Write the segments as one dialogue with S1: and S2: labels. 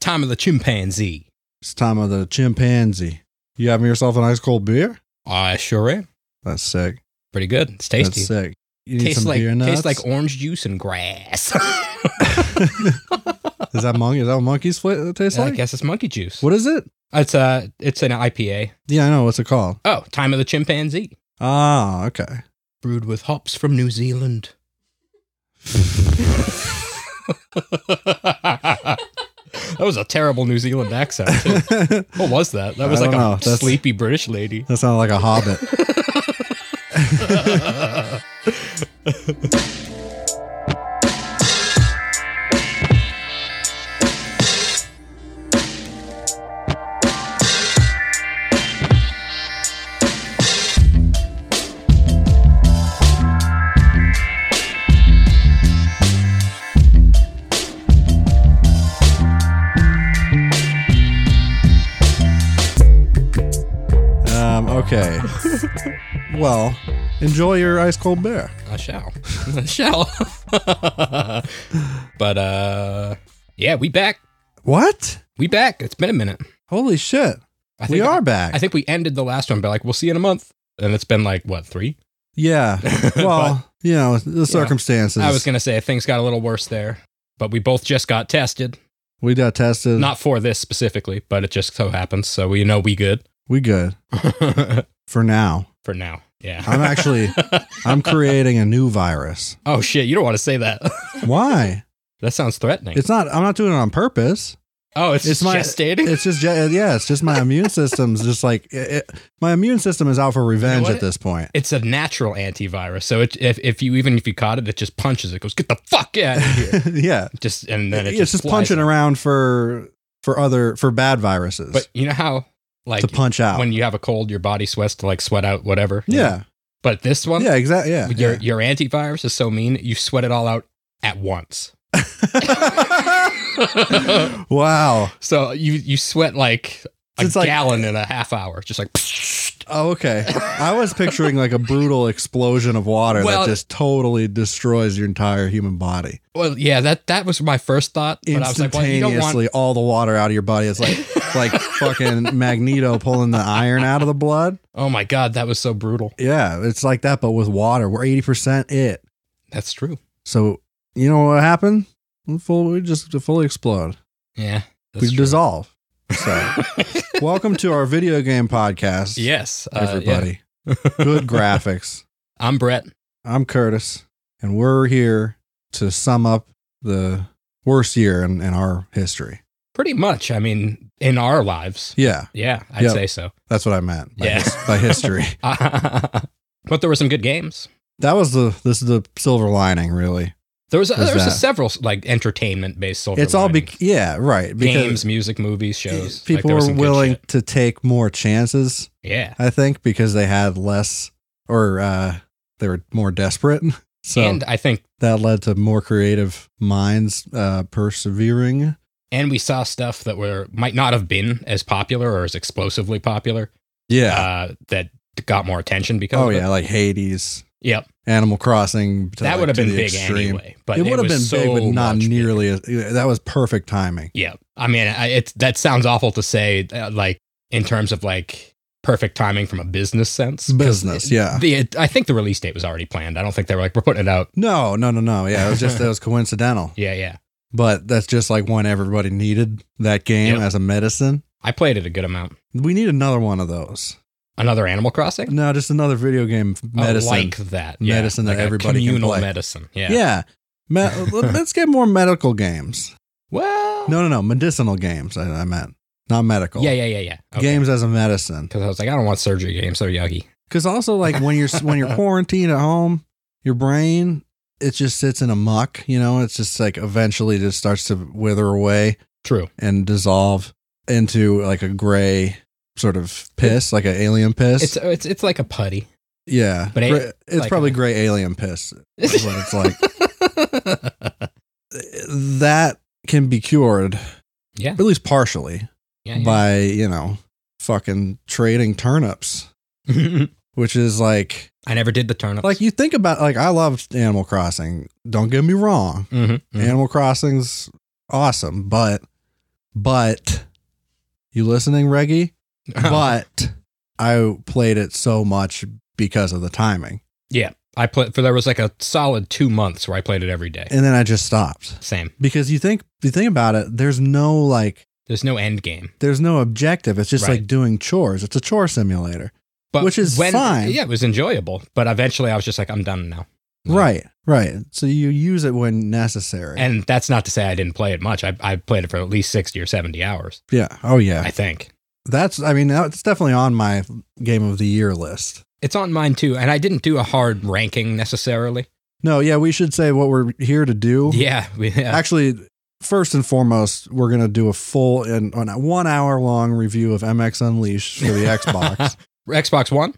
S1: time of the chimpanzee.
S2: It's time of the chimpanzee. You having yourself an ice cold beer?
S1: I sure am.
S2: That's sick.
S1: Pretty good. It's tasty.
S2: That's sick. You need
S1: tastes
S2: some
S1: like
S2: beer nuts.
S1: tastes like orange juice and grass.
S2: is that monkey? Is that what monkey's flavor tastes
S1: I
S2: like?
S1: guess it's monkey juice.
S2: What is it?
S1: It's a it's an IPA.
S2: Yeah, I know. What's it called?
S1: Oh, time of the chimpanzee.
S2: Ah, okay.
S1: brewed with hops from New Zealand. that was a terrible New Zealand accent. Too.
S2: that
S1: What was that? That was
S2: I
S1: like a
S2: don't know. That's-
S1: sleepy British lady.
S2: sounded like a hobbit. Um, okay. well, enjoy your ice cold beer.
S1: I shall. I shall. but uh yeah, we back.
S2: What?
S1: We back. It's been a minute.
S2: Holy shit.
S1: I
S2: We are back.
S1: I think we ended the last one, but like we'll see you in a month. And it's been like what, three?
S2: yeah. Well, you know, the circumstances.
S1: I was gonna say things got a little worse there. But we both just got tested.
S2: we got tested.
S1: Not for this specifically, but it just so happens. So we know we good.
S2: we good
S1: for
S2: for now.
S1: now. Yeah.
S2: I'm actually I'm creating a new virus.
S1: oh shit, you don't want to say that.
S2: Why?
S1: that sounds threatening.
S2: It's not I'm not doing it on purpose.
S1: oh, it's,
S2: it's my-
S1: gestating.
S2: It's just yeah, yeah, it's just my immune system's just like it, it- my immune system is out for revenge
S1: what?
S2: at this point.
S1: it's a natural antivirus. So it, if if you even if you caught it, it just punches. It goes get the fuck out of here.
S2: yeah.
S1: just and then it
S2: it's just,
S1: flies
S2: punching
S1: out.
S2: around for for other for bad viruses
S1: But you know how like
S2: to punch out.
S1: when you have a cold, your body sweats to like sweat out whatever.
S2: Oh. yeah.
S1: But this one,
S2: Yeah, exactly. Yeah.
S1: your
S2: yeah.
S1: your antivirus is so mean, you sweat it all out at once.
S2: wow.
S1: So you you sweat like a
S2: It's like-
S1: gallon in a half hour, just like.
S2: Oh, okay. I was picturing like a brutal explosion of water
S1: Well-
S2: that just totally destroys your entire human body.
S1: Well, yeah, that that was my first thought, but I was like, well, you don't want.
S2: Instantaneously, all the water out of your body. It's like like fucking Magneto pulling the iron out of the blood.
S1: Oh my god, that was so brutal.
S2: Yeah, it's like that, but with water. We're eighty percent it.
S1: That's true.
S2: So you know what happened? We full, we just fully explode.
S1: Yeah.
S2: we
S1: That's true.
S2: dissolve. So, welcome to our video game podcast.
S1: yes, uh, yeah.
S2: everybody. Good graphics.
S1: I'm Brett.
S2: I'm Curtis, and we're here to sum up the worst year in, in our history.
S1: Pretty much. I mean, in our lives.
S2: Yeah,
S1: Yeah, I'd
S2: Yep.
S1: say so.
S2: that's what I meant by,
S1: Yeah.
S2: his- by history.
S1: but there were some good games.
S2: that was the this is the silver lining, really.
S1: There was, a,
S2: What's
S1: there was a
S2: that?
S1: several like entertainment based silver.
S2: it's all
S1: lining.
S2: bec yeah, right.
S1: games, music, movies, shows. Like,
S2: people
S1: there was
S2: were
S1: some good
S2: willing
S1: shit.
S2: to take more chances,
S1: Yeah.
S2: I think, because they had less or uh, they were more desperate. So
S1: and I think
S2: that led to more creative minds uh, persevering.
S1: and we saw stuff that were might not have been as popular or as explosively popular
S2: Yeah.
S1: uh, that got more attention because
S2: oh
S1: of it.
S2: yeah, like Hades.
S1: Yep.
S2: Animal Crossing. to,
S1: that
S2: like,
S1: would have
S2: to
S1: been
S2: the
S1: big
S2: extreme.
S1: anyway but
S2: it would have
S1: was
S2: been big,
S1: so
S2: but not
S1: much bigger.
S2: nearly as. That was perfect timing.
S1: yeah i mean I, it's that sounds awful to say uh, like in terms of like perfect timing from a business sense 'cause
S2: Business,
S1: it-
S2: yeah.
S1: the it, i think the release date was already planned i don't think they were like we're putting it out
S2: No, no, no, no. Yeah, it was just it was coincidental.
S1: yeah yeah
S2: But that's just like when everybody needed that game
S1: Yep.
S2: as a medicine.
S1: i played it a good amount
S2: We need another one of those.
S1: another animal crossing
S2: No, just another video game
S1: Oh,
S2: medicine.
S1: like that yeah.
S2: Medicine that
S1: Like a
S2: everybody can
S1: communal
S2: play.
S1: medicine yeah
S2: yeah. Me- let's get more medical games.
S1: well
S2: No, no, no. Medicinal games. I, I meant not medical.
S1: yeah yeah yeah yeah
S2: Games as a medicine.
S1: because i was like i don't want surgery games they're yucky
S2: Because also, like when you're when you're quarantined at home, your brain it just sits in a muck. You know, it's just like eventually just starts to wither away
S1: true
S2: and dissolve into like a gray sort of piss, like an alien piss.
S1: it's it's it's like a putty
S2: yeah,
S1: but it-
S2: Gra- it's
S1: like
S2: probably
S1: a-
S2: gray alien piss. Is what it's like. That can be cured,
S1: Yeah.
S2: at least partially
S1: Yeah, yeah.
S2: by you know fucking trading turnips, which is like
S1: I never did the turnips.
S2: like you think about like I love Animal Crossing. Don't get me wrong.
S1: Mhm, mhm.
S2: Animal Crossing's awesome, but But you listening, Reggie?
S1: Uh-huh.
S2: But I played it so much because of the timing.
S1: I played for there was like a solid two months where I played it every day.
S2: And then I just stopped.
S1: Same.
S2: Because you think you think about it, there's no like
S1: There's no end game.
S2: there's no objective. It's just
S1: Right.
S2: like doing chores. It's a chore simulator.
S1: But
S2: Which is fine.
S1: Yeah, it was enjoyable. But eventually I was just like, I'm done now. Like,
S2: Right, right. So you use it when necessary.
S1: And that's not to say I didn't play it much. I, I played it for at least 60 or 70 hours,
S2: yeah. Oh yeah.
S1: I think.
S2: That's I mean that's definitely on my game of the year list.
S1: It's on mine too. And I didn't do a hard ranking necessarily.
S2: No, yeah, we should say what we're here to do.
S1: Yeah. we- yeah.
S2: Actually, first and foremost, we're going to do a full and on a one hour long review of MX Unleashed for the Xbox
S1: Xbox One?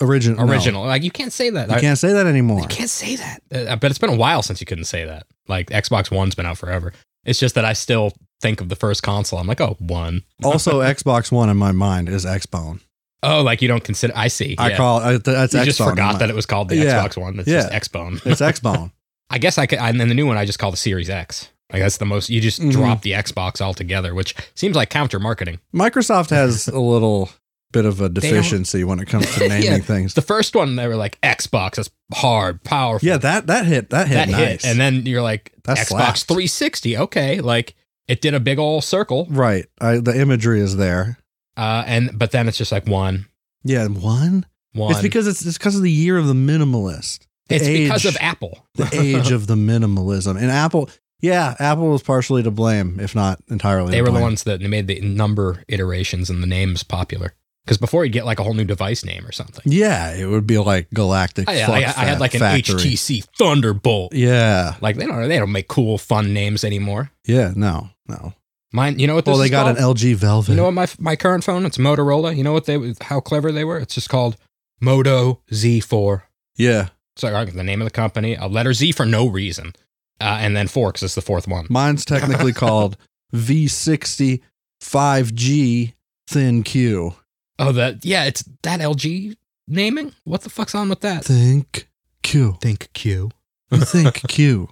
S2: Origin- no.
S1: Original. Like, you can't say that.
S2: you
S1: I-
S2: can't say that anymore.
S1: You can't say that. Uh, but it's been a while since you couldn't say that. Like Xbox One's been out forever. It's just that I still think of the first console. I'm like, oh, one.
S2: also, Xbox One in my mind is Xbone.
S1: Oh, like you don't consider. I see.
S2: I
S1: Yeah.
S2: call I, th- that's
S1: You
S2: Xbone.
S1: just forgot that it was called the
S2: Yeah.
S1: Xbox One. It's
S2: Yeah.
S1: just Xbone.
S2: it's Xbone.
S1: I guess I could. And then the new one, I just call the Series X. Like that's the most. You just
S2: Mhm.
S1: drop the Xbox altogether, which seems like counter marketing.
S2: Microsoft has a little bit of a
S1: don't-
S2: deficiency when it comes to naming
S1: Yeah.
S2: things.
S1: The first one, they were like Xbox. That's hard, powerful.
S2: Yeah, that that hit that hit
S1: that
S2: nice.
S1: hit. And then you're like
S2: That
S1: Xbox
S2: slapped.
S1: 360. Okay, like it did a big old circle.
S2: right, I, the imagery is there.
S1: Uh, and but then it's just like one,
S2: Yeah, one.
S1: one.
S2: It's because it's it's because of the year of the minimalist. the
S1: it's because
S2: age.
S1: of Apple.
S2: the age of the minimalism. And Apple, yeah, Apple was partially to blame, if not entirely.
S1: They
S2: to
S1: were the
S2: blame.
S1: ones that made the number iterations and the names popular. Because before you'd get like a whole new device name or something.
S2: Yeah, it would be like Galactic.
S1: Oh, I, I,
S2: Flux
S1: I had
S2: Fa-
S1: like an
S2: Factory.
S1: HTC Thunderbolt.
S2: Yeah,
S1: Like they don't they don't make cool fun names anymore.
S2: yeah, no, no.
S1: Mine, you know what? This
S2: Well, they
S1: is
S2: got
S1: called?
S2: an LG Velvet.
S1: You know what my my current phone? It's Motorola. You know what they how clever they were? It's just called Moto Z4.
S2: Yeah,
S1: It's like all right, the name of the company, a letter Z for no reason, uh, and then four because it's the fourth one.
S2: mine's technically called V60 5G Thin Q.
S1: Oh, that yeah, it's that LG naming. What the fuck's on with that?
S2: Think Q.
S1: Think Q.
S2: Think Q.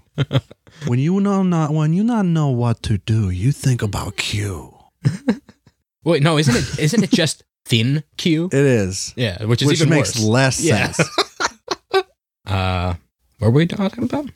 S2: When you know not when you not know what to do, you think about Q.
S1: Wait, no, isn't it? Isn't it just thin Q?
S2: It is,
S1: Yeah, which is
S2: which
S1: even
S2: makes
S1: worse.
S2: less
S1: Yeah.
S2: sense.
S1: uh, what were we talking about?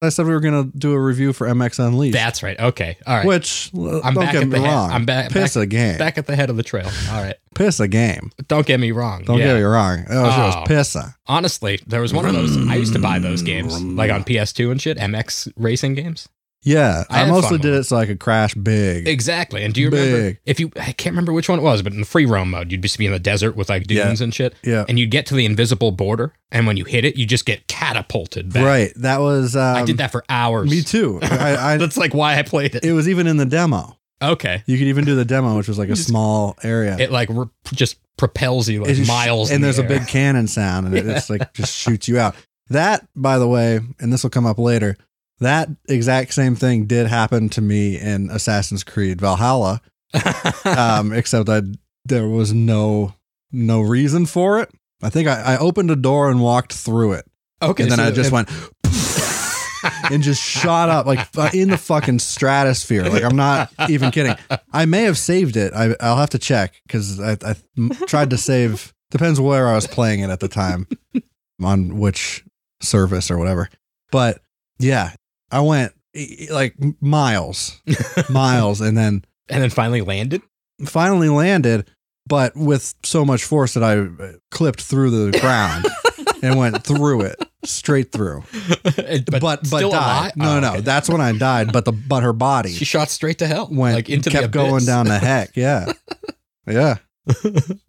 S2: I said we were going to do a review for MX Unleashed,
S1: That's right. Okay, all right.
S2: which l-
S1: I'm
S2: don't
S1: back
S2: get
S1: at
S2: me
S1: the head.
S2: wrong.
S1: I'm back-
S2: Piss a game.
S1: Back at the head of the trail. All right.
S2: Piss a game.
S1: Don't get me wrong.
S2: Don't
S1: yeah.
S2: get me wrong. That was,
S1: Oh.
S2: just piss a.
S1: Honestly, there was one of those. I used to buy those games, like on PS2 and shit, MX racing games.
S2: Yeah,
S1: I
S2: I,
S1: had
S2: mostly
S1: fun
S2: did
S1: with
S2: it so I could crash big.
S1: Exactly. And do you remember
S2: Big.
S1: if you? I can't remember which one it was, but in the free roam mode, you'd just be in the desert with like dunes and shit,
S2: yeah,
S1: and you'd get to the invisible border, and when you hit it, you just get catapulted back.
S2: right. That was. Um,
S1: I did that for hours.
S2: Me too. I, I,
S1: That's like why I played it.
S2: it was even in the demo.
S1: Okay.
S2: You could even do the demo, which was like a
S1: Just-
S2: small area.
S1: It like re- just propels you like
S2: It's-
S1: miles. in
S2: and
S1: the
S2: there's a
S1: air.
S2: big cannon sound, and it just like just shoots you out. That, by the way, and this will come up later. That exact same thing did happen to me in Assassin's Creed Valhalla. um, except I there was no no reason for it. I think I, I opened a door and walked through it,
S1: okay.
S2: and then
S1: so
S2: I just
S1: if-
S2: went and just shot up like fu- in the fucking stratosphere. Like I'm not even kidding. I may have saved it. I, I'll have to check because I, I m- tried to save. Depends where I was playing it at the time, on which service or whatever. But yeah, I went eh, eh, like miles, miles, and then
S1: and then finally landed.
S2: finally landed, but with so much force that I uh, clipped through the ground and went through it straight through.
S1: but
S2: But but,
S1: still
S2: died.
S1: alive?
S2: No,
S1: Oh,
S2: no,
S1: okay.
S2: that's when I died. But the but her body
S1: she shot straight to hell.
S2: went
S1: like into
S2: kept
S1: the abyss.
S2: going down the heck. Yeah, yeah,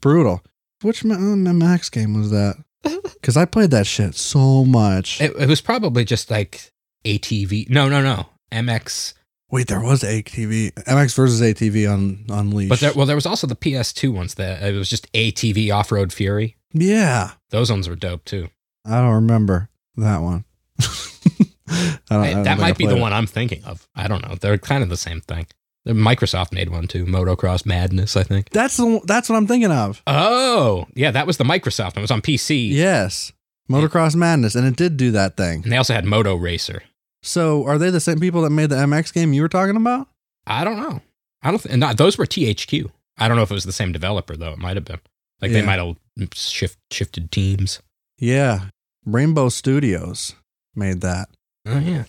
S2: brutal. Which Ma- uh, Max game was that? Because I played that shit so much.
S1: It, it was probably just like ATV. No, no, no. MX.
S2: Wait, there was ATV MX versus ATV on on leash.
S1: But there, well, there was also the PS2 ones that it was just ATV Off Road Fury.
S2: yeah,
S1: Those ones were dope too.
S2: I don't remember that one. I don't, I
S1: Hey, that
S2: don't think I
S1: might be
S2: played
S1: the
S2: it.
S1: one I'm thinking of. I don't know. They're kind of the same thing. Microsoft made one too. Motocross Madness, I think.
S2: That's the, that's what I'm thinking of.
S1: Oh, yeah, that was the Microsoft. It was on PC.
S2: Yes, Motocross Madness, and it did do that thing.
S1: And they also had Moto Racer.
S2: So, are they the same people that made the MX game you were talking about?
S1: I don't know. I don't think not those were THQ. I don't know if it was the same developer though. It might have been. Like they
S2: Yeah.
S1: might have shift shifted teams.
S2: Yeah. Rainbow Studios made that,
S1: Oh yeah.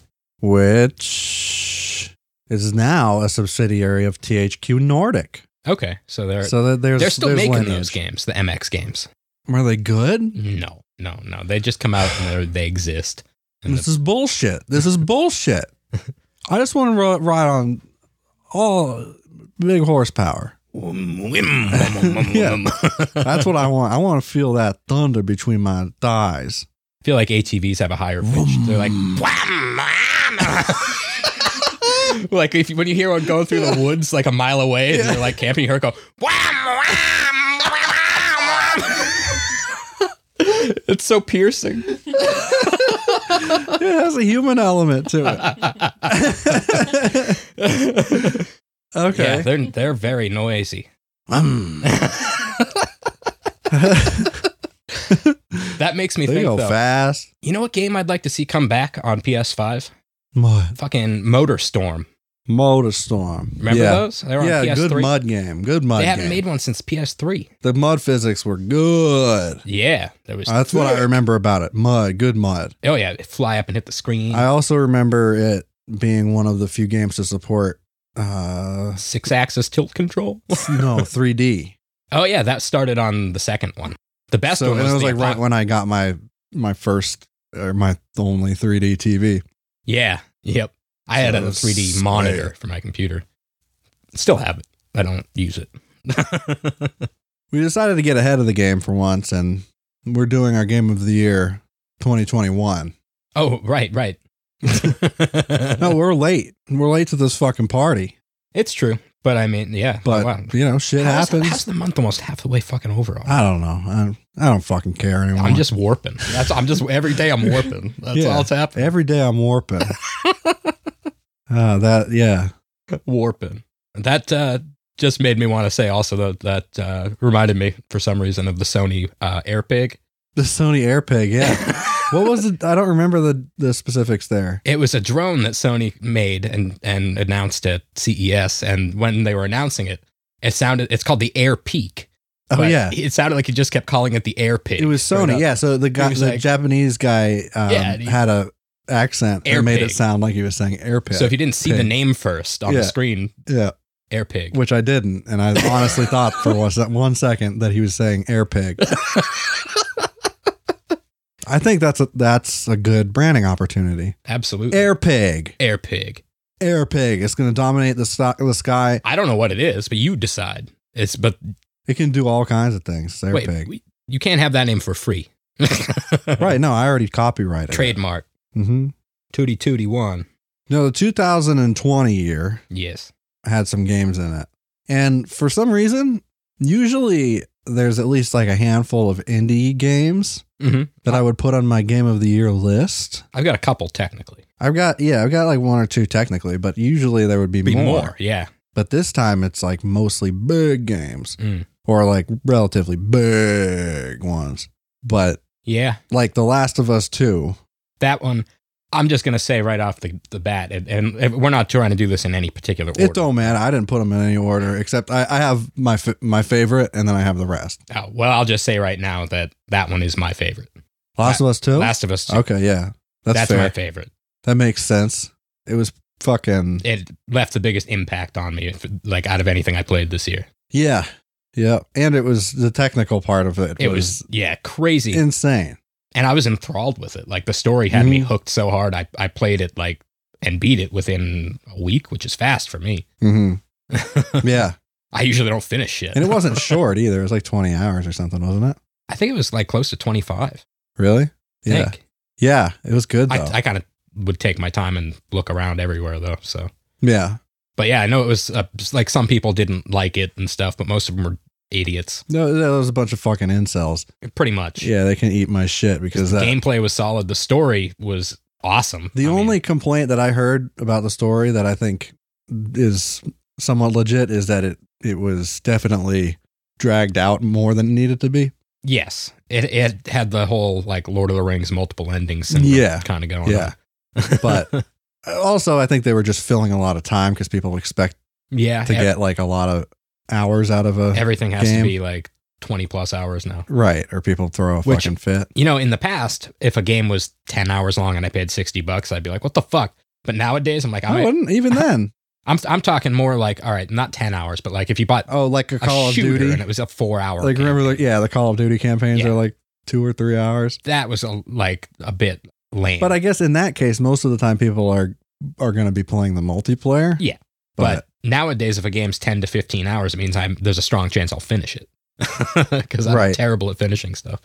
S2: which is now a subsidiary of THQ Nordic.
S1: Okay. So they're
S2: so that there's
S1: they're still
S2: there's
S1: making
S2: lineage.
S1: those games, Mm-hmm. the MX games.
S2: Were they good?
S1: No, no, no. They just come out and they're- they exist. And
S2: This is bullshit. This is bullshit. I just want to ri- ride on all big horsepower. Yeah.
S1: I
S2: That's what I want. I want to feel that thunder between my thighs.
S1: feel like ATVs have a higher pitch. They're like, "Wham, wham." like if you, when you hear one going through the woods like a mile away, and you're like camping, you hear it go, "Wham, wham, wham, wham." it's so piercing.
S2: It has a human element to it.
S1: Yeah,
S2: Okay.
S1: they're they're very noisy.
S2: Mm.
S1: That makes me
S2: They
S1: think
S2: go
S1: though.
S2: fast.
S1: You know what game I'd like to see come back on PS5?
S2: What?
S1: Fucking Motor Storm.
S2: Motor Storm.
S1: Remember
S2: yeah.
S1: those? They were on
S2: yeah,
S1: PS3.
S2: good mud game. Good mud
S1: they haven't
S2: game.
S1: made one since PS3.
S2: the mud physics were good.
S1: Yeah, there was.
S2: That's what I remember about it. Mud, good mud.
S1: Oh yeah, fly up and hit the screen.
S2: I also remember it being one of the few games to support uh
S1: Six axis tilt control.
S2: no 3D.
S1: Oh yeah, that started on the second one. The best
S2: so
S1: one
S2: and
S1: was,
S2: it was
S1: the
S2: like right
S1: Apo-
S2: when I got my my first or my only 3D TV.
S1: Yeah. Yep. I had
S2: So
S1: a
S2: it was
S1: 3D
S2: sweet.
S1: monitor for my computer. Still have it. I don't use it.
S2: We decided to get ahead of the game for once and we're doing our game of the year 2021.
S1: oh right, right.
S2: No, we're late. We're late to this fucking party.
S1: it's true. But I mean, yeah. Oh,
S2: But
S1: wow.
S2: you know, shit
S1: how's,
S2: happens.
S1: How's the month almost half the way fucking over? already?
S2: I don't know. I, I don't fucking care anymore.
S1: I'm just warping. That's I'm just every day I'm warping. That's
S2: Yeah.
S1: all it's happening.
S2: every day I'm warping. uh, that yeah.
S1: warping. That uh, just made me want to say also that that uh, reminded me for some reason of the Sony uh, AirPig.
S2: The Sony AirPig, yeah. what was it? I don't remember the the specifics there.
S1: It was a drone that Sony made and and announced at CES. And when they were announcing it, it sounded it's called the Air Peak.
S2: Oh
S1: but
S2: yeah.
S1: it sounded like he just kept calling it the Air Pig.
S2: It was
S1: straight
S2: Sony.
S1: up.
S2: Yeah, so the guy
S1: was
S2: the
S1: like-
S2: Japanese guy um,
S1: Yeah, and he-
S2: had a accent that made
S1: AirPig.
S2: it sound like he was saying AirPig.
S1: So if you didn't see the
S2: Pig.
S1: name first on the
S2: Yeah.
S1: screen,
S2: yeah,
S1: Air Pig.
S2: which I didn't and I honestly thought for one se- one second that he was saying AirPig. I think that's a that's a good branding opportunity.
S1: Absolutely.
S2: AirPig.
S1: Air Pig.
S2: air pig. It's going to dominate the, stock, the sky.
S1: I don't know what it is, but you decide. It's but
S2: It can do all kinds of things. It's Air
S1: wait,
S2: pig.
S1: we- you can't have that name for free.
S2: right. No, I already copyrighted
S1: Trademark.
S2: it. Mm-hmm.
S1: Tootie Tootie One.
S2: No, the 2020 year
S1: Yes.
S2: had some games in it. And for some reason, usually there's at least like a handful of indie games
S1: hmm
S2: that I would put on my game of the year list.
S1: I've got a couple technically.
S2: I've got, yeah, I've got like one or two technically, but usually there would be,
S1: Be more.
S2: more.
S1: Yeah.
S2: But this time it's like mostly big games
S1: Mm.
S2: or like relatively big ones. But
S1: Yeah.
S2: like The Last of Us 2.
S1: That one. I'm just gonna say right off the, the bat, and, and if- we're not trying to do this in any particular order.
S2: It don't matter. I didn't put them in any order except I, I have my fa- my favorite and then I have the rest.
S1: Oh, well, I'll just say right now that that one is my favorite.
S2: Last of Us 2?
S1: Last of Us. 2.
S2: okay, yeah. That's,
S1: That's,
S2: fair.
S1: my favorite.
S2: that makes sense. It was fucking
S1: It left the biggest impact on me, if- like out of anything I played this year.
S2: yeah. Yeah, and it was the technical part of it,
S1: It was, yeah, crazy.
S2: insane.
S1: and I was enthralled with it. Like the story had
S2: Mm-hmm.
S1: me hooked so hard. I, I played it like and beat it within a week, which is fast for me.
S2: hmm yeah.
S1: I usually don't finish shit.
S2: And it wasn't short either. It was like 20 hours or something, wasn't it?
S1: I think it was like close to 25.
S2: Really?
S1: I
S2: Yeah.
S1: think.
S2: Yeah, it was good though.
S1: I, I kind of would take my time and look around everywhere though. So,
S2: yeah.
S1: but yeah, I know it was uh, just, like some people didn't like it and stuff, but most of them were idiots
S2: No, that was a bunch of fucking incels.
S1: pretty much.
S2: Yeah, they can eat my shit because that,
S1: Gameplay was solid. The story was awesome.
S2: The
S1: I mean,
S2: only complaint that I heard about the story that I think is somewhat legit is that it it was definitely dragged out more than it needed to be.
S1: yes, it, it had the whole like Lord of the Rings multiple endings. Syndrome
S2: Yeah.
S1: Kind of going
S2: Yeah.
S1: on.
S2: But also I think they were just filling a lot of time cuz people expect
S1: Yeah.
S2: to
S1: ev-
S2: get like a lot of hours out of a
S1: everything has
S2: game.
S1: to be like 20 plus hours now.
S2: right, or people throw a
S1: Which-
S2: fucking fit.
S1: You know, in the past, if a game was 10 hours long and I paid 60 bucks, I'd be like, what the fuck? But nowadays, I'm like,
S2: I
S1: I'm,
S2: wouldn't even then.
S1: I'm, I'm talking more like, all right, not 10 hours, but like if you bought
S2: Oh, like a
S1: a
S2: Call of
S1: shooter
S2: Duty.
S1: and it was a four hour.
S2: Like remember, like yeah, the Call of Duty campaigns
S1: Yeah.
S2: are like two or three hours.
S1: that was a, like a bit lame.
S2: But I guess in that case, most of the time people are are going to be playing the multiplayer.
S1: Yeah, but, nowadays, if a game's 10 to 15 hours, it means I'm, there's a strong chance I'll finish it because I'm
S2: Right.
S1: terrible at finishing stuff.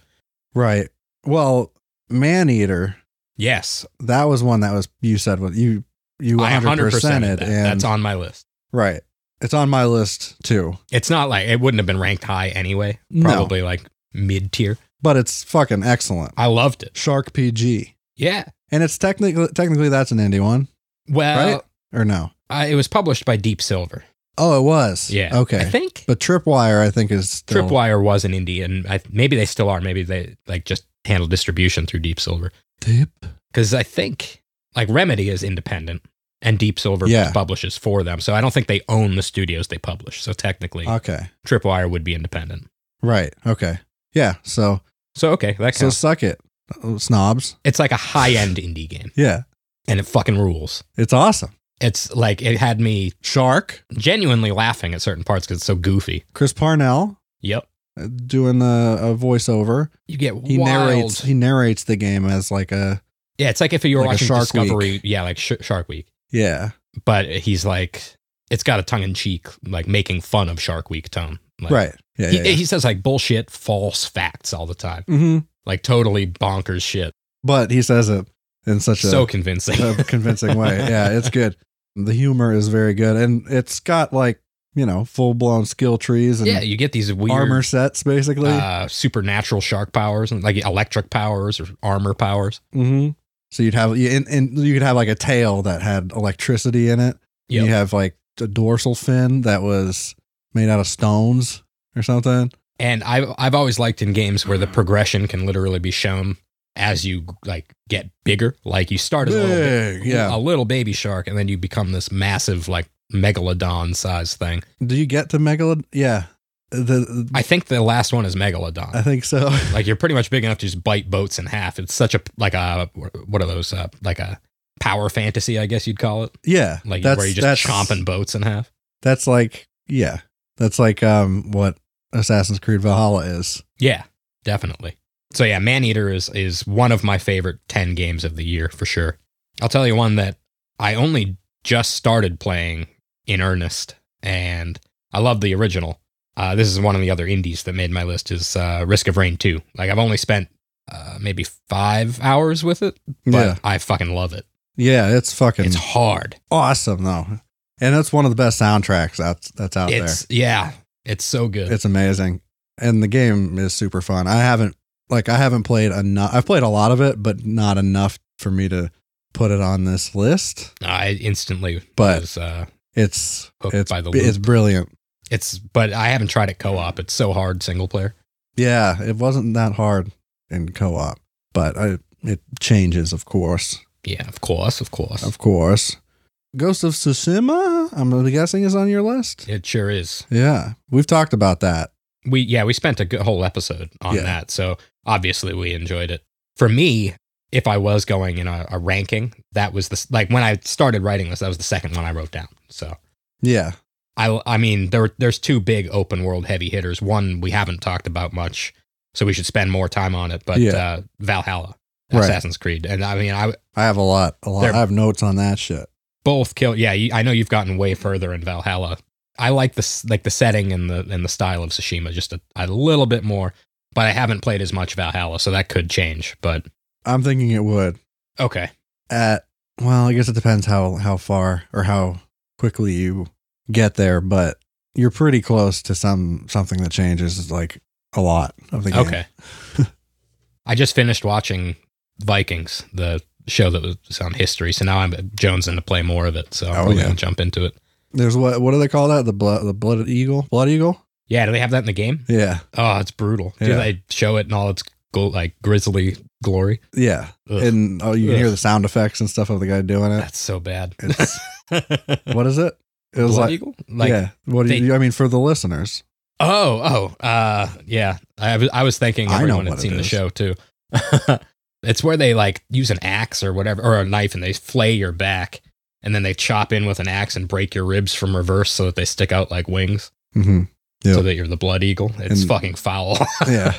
S2: right, well, Man Eater,
S1: Yes,
S2: that was one that was you said what you you
S1: I
S2: 100
S1: 100%ed
S2: percented
S1: that.
S2: and
S1: That's on my list.
S2: right. It's on my list too,
S1: It's not like it wouldn't have been ranked high anyway.
S2: No.
S1: Probably like mid tier.
S2: but it's fucking excellent.
S1: I loved it.
S2: Shark PG,
S1: Yeah.
S2: and it's technically technically that's an indie one
S1: Well,
S2: Right? or no?
S1: I, it was published by Deep Silver.
S2: Oh, it was.
S1: Yeah. I
S2: Okay.
S1: think
S2: But Tripwire, I think, is still,
S1: Tripwire was an indie, and I, maybe they still are. Maybe they like just handle distribution through Deep Silver.
S2: Tip.
S1: Because I think like Remedy is independent, and Deep Silver
S2: Yeah.
S1: publishes for them. So I don't think they own the studios they publish. So technically,
S2: Okay.
S1: Tripwire would be independent.
S2: Right. Okay. Yeah. So
S1: So okay, that
S2: so
S1: counts.
S2: suck it, uh, snobs.
S1: it's like a high end indie game,
S2: Yeah.
S1: and it fucking rules.
S2: It's awesome.
S1: It's like it had me
S2: Shark.
S1: genuinely laughing at certain parts because it's so goofy.
S2: Chris Parnell
S1: Yep.
S2: uh, doing the a voiceover.
S1: You get
S2: He
S1: wild.
S2: narrates. He narrates the game as like a
S1: yeah, it's like if you were
S2: Like a
S1: watching
S2: Shark
S1: Discovery. Yeah, like sh- Shark Week.
S2: yeah.
S1: But he's like, it's got a tongue in cheek, like making fun of Shark Week tone. Like,
S2: right. Yeah.
S1: He,
S2: yeah, yeah.
S1: he says like bullshit, false facts all the time,
S2: hmm
S1: like totally bonkers shit.
S2: But he says it in such
S1: so
S2: a
S1: convincing.
S2: a convincing way. Yeah, it's good. The humor is very good, and it's got like you know full blown skill trees and
S1: yeah, you get these weird
S2: armor sets basically.
S1: uh, supernatural shark powers and like electric powers or armor powers.
S2: mm-hmm. So you'd have you and, and you could have like a tail that had electricity in it.
S1: Yep.
S2: You have like a dorsal fin that was made out of stones or something.
S1: And I've I've always liked in games where the progression can literally be shown as you like get bigger. Like you start as a little bit Oh.
S2: Big, yeah.
S1: a little baby shark, and then you become this massive, like megalodon size thing.
S2: Do you get to megalod? Yeah. The,
S1: I
S2: I,
S1: think the last one is megalodon.
S2: think so.
S1: Like you're pretty much big enough to just bite boats in half. It's such a like a what are those uh, like a power fantasy? I guess you'd call it
S2: yeah.
S1: like
S2: that's,
S1: where you
S2: that's,
S1: just chomping boats in half.
S2: That's like yeah. That's like um what Assassin's Creed Valhalla is.
S1: Yeah, definitely. So yeah, Man Eater is is one of my favorite ten games of the year for sure. I'll tell you one that I only just started playing in earnest, and I love the original. Uh, this is one of the other indies that made my list is uh, Risk of Rain Two. Like I've only spent uh, maybe five hours with it, but
S2: yeah.
S1: I fucking love it.
S2: Yeah, it's fucking
S1: It's hard.
S2: awesome though. And that's one of the best soundtracks that's that's out there.
S1: It's yeah, it's so good.
S2: It's amazing. And the game is super fun. I haven't like I haven't played enough I've played a lot of it, but not enough for me to put it on this list.
S1: I instantly
S2: But-
S1: was uh,
S2: It's
S1: hooked
S2: it's
S1: by the loop.
S2: it's brilliant.
S1: It's but I haven't tried it co op. It's so hard single player.
S2: Yeah, it wasn't that hard in co-op, but I, it changes of course.
S1: Yeah, of course, of course.
S2: Of course. Ghost of Tsushima, I'm guessing is on your list.
S1: It sure is.
S2: Yeah. We've talked about that.
S1: We yeah, we spent a good whole episode on
S2: Yeah.
S1: that, so obviously we enjoyed it. For me, if I was going in a, a ranking, that was the s- like when I started writing this, that was the second one I wrote down. So
S2: Yeah.
S1: I I mean there there's two big open world heavy hitters. One we haven't talked about much, so we should spend more time on it. But
S2: Yeah.
S1: uh, Valhalla,
S2: Right.
S1: Assassin's Creed, and I mean I
S2: I have a lot. A lot.
S1: They're-
S2: I have notes on that shit.
S1: both kill. Yeah, you, I know you've gotten way further in Valhalla. I like this, like the setting and the and the style of Tsushima just a, a little bit more, but I haven't played as much Valhalla, so that could change. But
S2: I'm thinking it would.
S1: okay,
S2: At well, I guess it depends how how far or how quickly you get there, but you're pretty close to some something that changes like a lot of the game.
S1: okay. I just finished watching Vikings, the show that was on history, so now I'm jonesing to play more of it. So I'm
S2: Oh,
S1: probably
S2: yeah.
S1: gonna jump into it.
S2: There's what what do they call that? The blood the blooded eagle? Blood eagle?
S1: Yeah, do they have that in the game?
S2: Yeah.
S1: Oh, it's brutal. Do
S2: Yeah.
S1: they show it in all its go- like grisly glory?
S2: Yeah.
S1: Ugh,
S2: And oh you can
S1: Ugh.
S2: hear the sound effects and stuff of the guy doing it.
S1: that's so bad.
S2: It's what is it? It was
S1: Blood
S2: like,
S1: Eagle? Like,
S2: yeah. What do
S1: they-
S2: you? I mean, for the listeners,
S1: oh, oh, uh, yeah. I, was- I was thinking
S2: I know
S1: everyone
S2: what
S1: had
S2: it
S1: seen the
S2: is.
S1: show too. it's where they like use an axe or whatever, or a knife, and they flay your back, and then they chop in with an axe and break your ribs from reverse so that they stick out like wings,
S2: hmm
S1: so
S2: Yeah.
S1: that you're the blood eagle. It's
S2: And-
S1: fucking foul.
S2: yeah.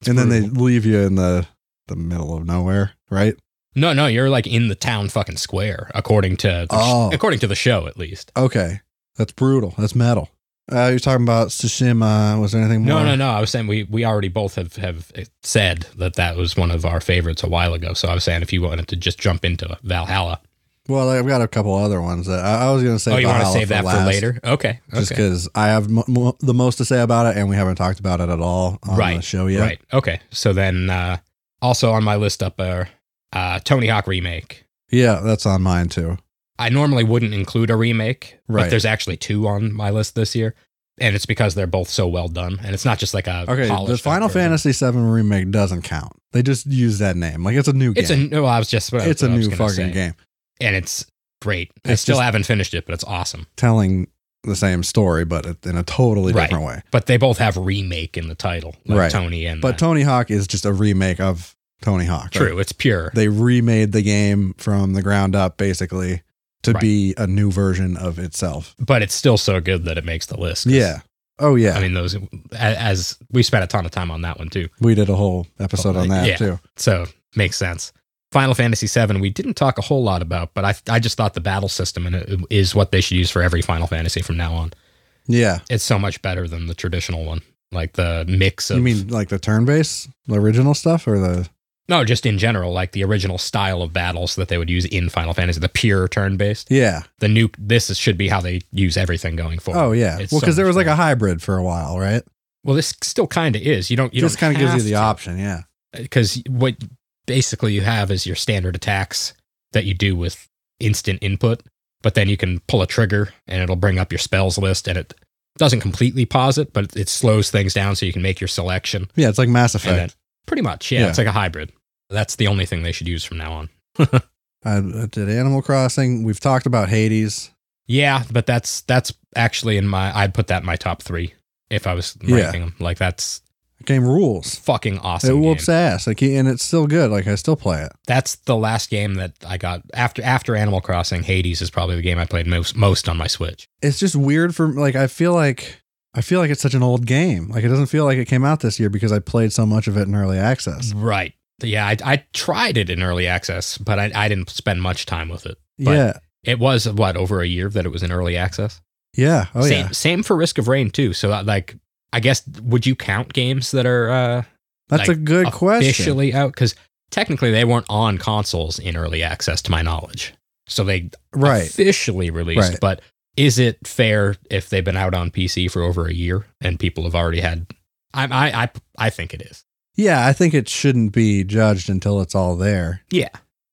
S1: It's
S2: and then they
S1: brutal.
S2: leave you in the the middle of nowhere, right?
S1: no, no, you're like in the town fucking square, according to the
S2: Oh.
S1: according to the show at least.
S2: Okay, that's brutal. That's metal. Uh, you're talking about Tsushima. Was there anything
S1: No,
S2: more?
S1: no, no. I was saying we we already both have have said that that was one of our favorites a while ago. So I was saying if you wanted to just jump into Valhalla,
S2: Well, I've got a couple other ones that I, I was going to say.
S1: oh, you want to
S2: Valhalla
S1: save that for
S2: last,
S1: later? Okay,
S2: Just
S1: okay.
S2: because I have mo- mo- the most to say about it, and we haven't talked about it at all on the
S1: Right,
S2: show yet.
S1: right. Okay, so then uh, also on my list up are uh, Tony Hawk remake.
S2: Yeah, that's on mine too.
S1: I normally wouldn't include a remake,
S2: Right.
S1: but there's actually two on my list this year, and it's because they're both so well done, and it's not just like a
S2: Okay, the
S1: polished up
S2: Final
S1: version.
S2: Fantasy VII remake doesn't count. They just use that name like it's a new
S1: It's a
S2: game.
S1: no. I was just what I-
S2: it's a
S1: what I was
S2: new
S1: gonna
S2: fucking
S1: say.
S2: game
S1: and it's great. I
S2: It's
S1: still
S2: just-
S1: haven't finished it, but it's awesome.
S2: telling the same story, but it- in a totally
S1: Right.
S2: different way.
S1: but they both have remake in the title, like
S2: Right.
S1: Tony and
S2: But
S1: uh,
S2: Tony Hawk is just a remake of Tony Hawk.
S1: true, it's pure.
S2: They remade the game from the ground up, basically, to
S1: Right.
S2: be a new version of itself.
S1: but it's still so good that it makes the list. 'cause,
S2: Yeah. Oh yeah.
S1: I mean those a- as we spent a ton of time on that one too,
S2: we did a whole episode on that
S1: Oh, Yeah.
S2: too.
S1: so makes sense. Final Fantasy VII, we didn't talk a whole lot about, but I I just thought the battle system and it is what they should use for every Final Fantasy from now on.
S2: Yeah.
S1: It's so much better than the traditional one, like the mix of
S2: you mean like the turn base, the original stuff, or the
S1: no, just in general, like the original style of battles that they would use in Final Fantasy, the pure turn based.
S2: yeah?
S1: The new this is, should be how they use everything going forward.
S2: Oh yeah.
S1: It's
S2: well,
S1: so
S2: because there
S1: much
S2: was like
S1: better.
S2: a hybrid for a while, right?
S1: Well, this still kind of is. You don't. You
S2: Just
S1: don't
S2: kind of gives you the option. Yeah.
S1: because what basically you have is your standard attacks that you do with instant input, but then you can pull a trigger and it'll bring up your spells list, and it doesn't completely pause it, but it slows things down so you can make your selection.
S2: Yeah. It's like Mass
S1: And then,
S2: Effect.
S1: pretty much, yeah,
S2: Yeah.
S1: it's like a hybrid. That's the only thing they should use from now on.
S2: I I did Animal Crossing. We've talked about Hades.
S1: Yeah, but that's that's actually in my. I'd put that in my top three if I was
S2: Yeah.
S1: ranking them. Like that's
S2: Game rules.
S1: fucking
S2: it
S1: awesome. game.
S2: whoops ass. Like, and it's still good. Like I still play it.
S1: that's the last game that I got after after Animal Crossing. Hades is probably the game I played most most on my Switch.
S2: It's just weird for like I feel like I feel like it's such an old game. Like it doesn't feel like it came out this year because I played so much of it in early access.
S1: Right. Yeah, I, I tried it in early access, but I, I didn't spend much time with it. But-
S2: yeah.
S1: It was what over a year that it was in early access.
S2: Yeah. Oh
S1: same,
S2: yeah.
S1: Same for Risk of Rain too. So that, like, I guess would you count games that are uh,
S2: That's
S1: like,
S2: a good question.
S1: officially out? Because technically they weren't on consoles in early access, to my knowledge. So they
S2: Right.
S1: officially released,
S2: Right.
S1: but is it fair if they've been out on PC for over a year and people have already had? I I I, I think it is
S2: Yeah, I think it shouldn't be judged until it's all there.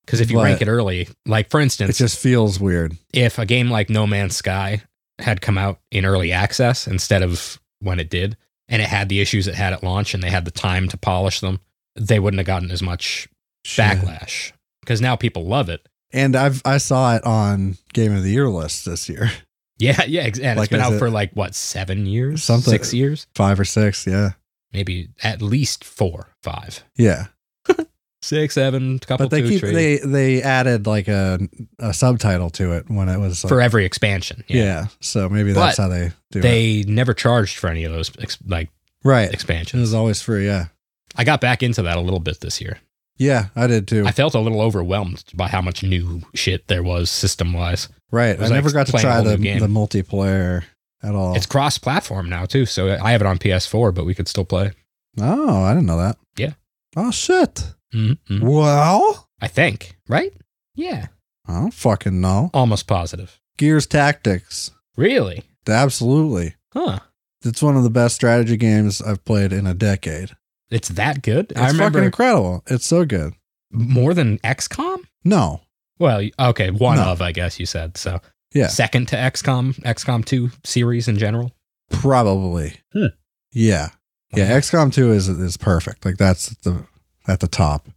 S1: because if you
S2: But-
S1: rank it early, like for
S2: It
S1: instance,
S2: just feels weird.
S1: if a game like No Man's Sky had come out in early access instead of when it did, and it had the issues it had at launch, and they had the time to polish them, they wouldn't have gotten as much
S2: Shit.
S1: backlash because now people love it.
S2: And I've I saw it on Game of the Year list this year.
S1: Yeah, yeah, ex- and
S2: Like,
S1: it's been
S2: is
S1: out
S2: it-
S1: for like what seven years,
S2: Something-
S1: six years,
S2: Five or six, yeah.
S1: maybe at least four, five.
S2: Yeah.
S1: six, seven, couple
S2: But they
S1: two,
S2: keep
S1: three
S2: they they added like a a subtitle to it when it was like,
S1: for every expansion.
S2: yeah.
S1: Yeah,
S2: So maybe that's
S1: But
S2: how they do it.
S1: they never charged for any of those ex- like
S2: Right. It
S1: expansions.
S2: was always free, yeah.
S1: I got back into that a little bit this year.
S2: Yeah, I did too.
S1: I felt a little overwhelmed by how much new shit there was system wise.
S2: right.
S1: it
S2: I
S1: was like
S2: never got to
S1: playing a
S2: try
S1: whole
S2: the,
S1: new game.
S2: the multiplayer at all.
S1: It's cross platform now too, so I have it on PS4, but we could still play.
S2: oh, I didn't know that.
S1: Yeah.
S2: Oh shit.
S1: Mm-hmm.
S2: Well,
S1: I think right. Yeah,
S2: I don't fucking know.
S1: almost positive.
S2: Gears Tactics.
S1: Really?
S2: Absolutely.
S1: Huh.
S2: It's one of the best strategy games I've played in a decade.
S1: It's that good.
S2: It's
S1: I remember
S2: fucking incredible. It's so good.
S1: more than XCOM.
S2: No.
S1: Well, okay, one
S2: No.
S1: of I guess you said so.
S2: Yeah.
S1: Second to XCOM, XCOM two series in general.
S2: Probably.
S1: Hmm.
S2: Yeah. Yeah, XCOM 2 is is perfect. Like that's the at the top.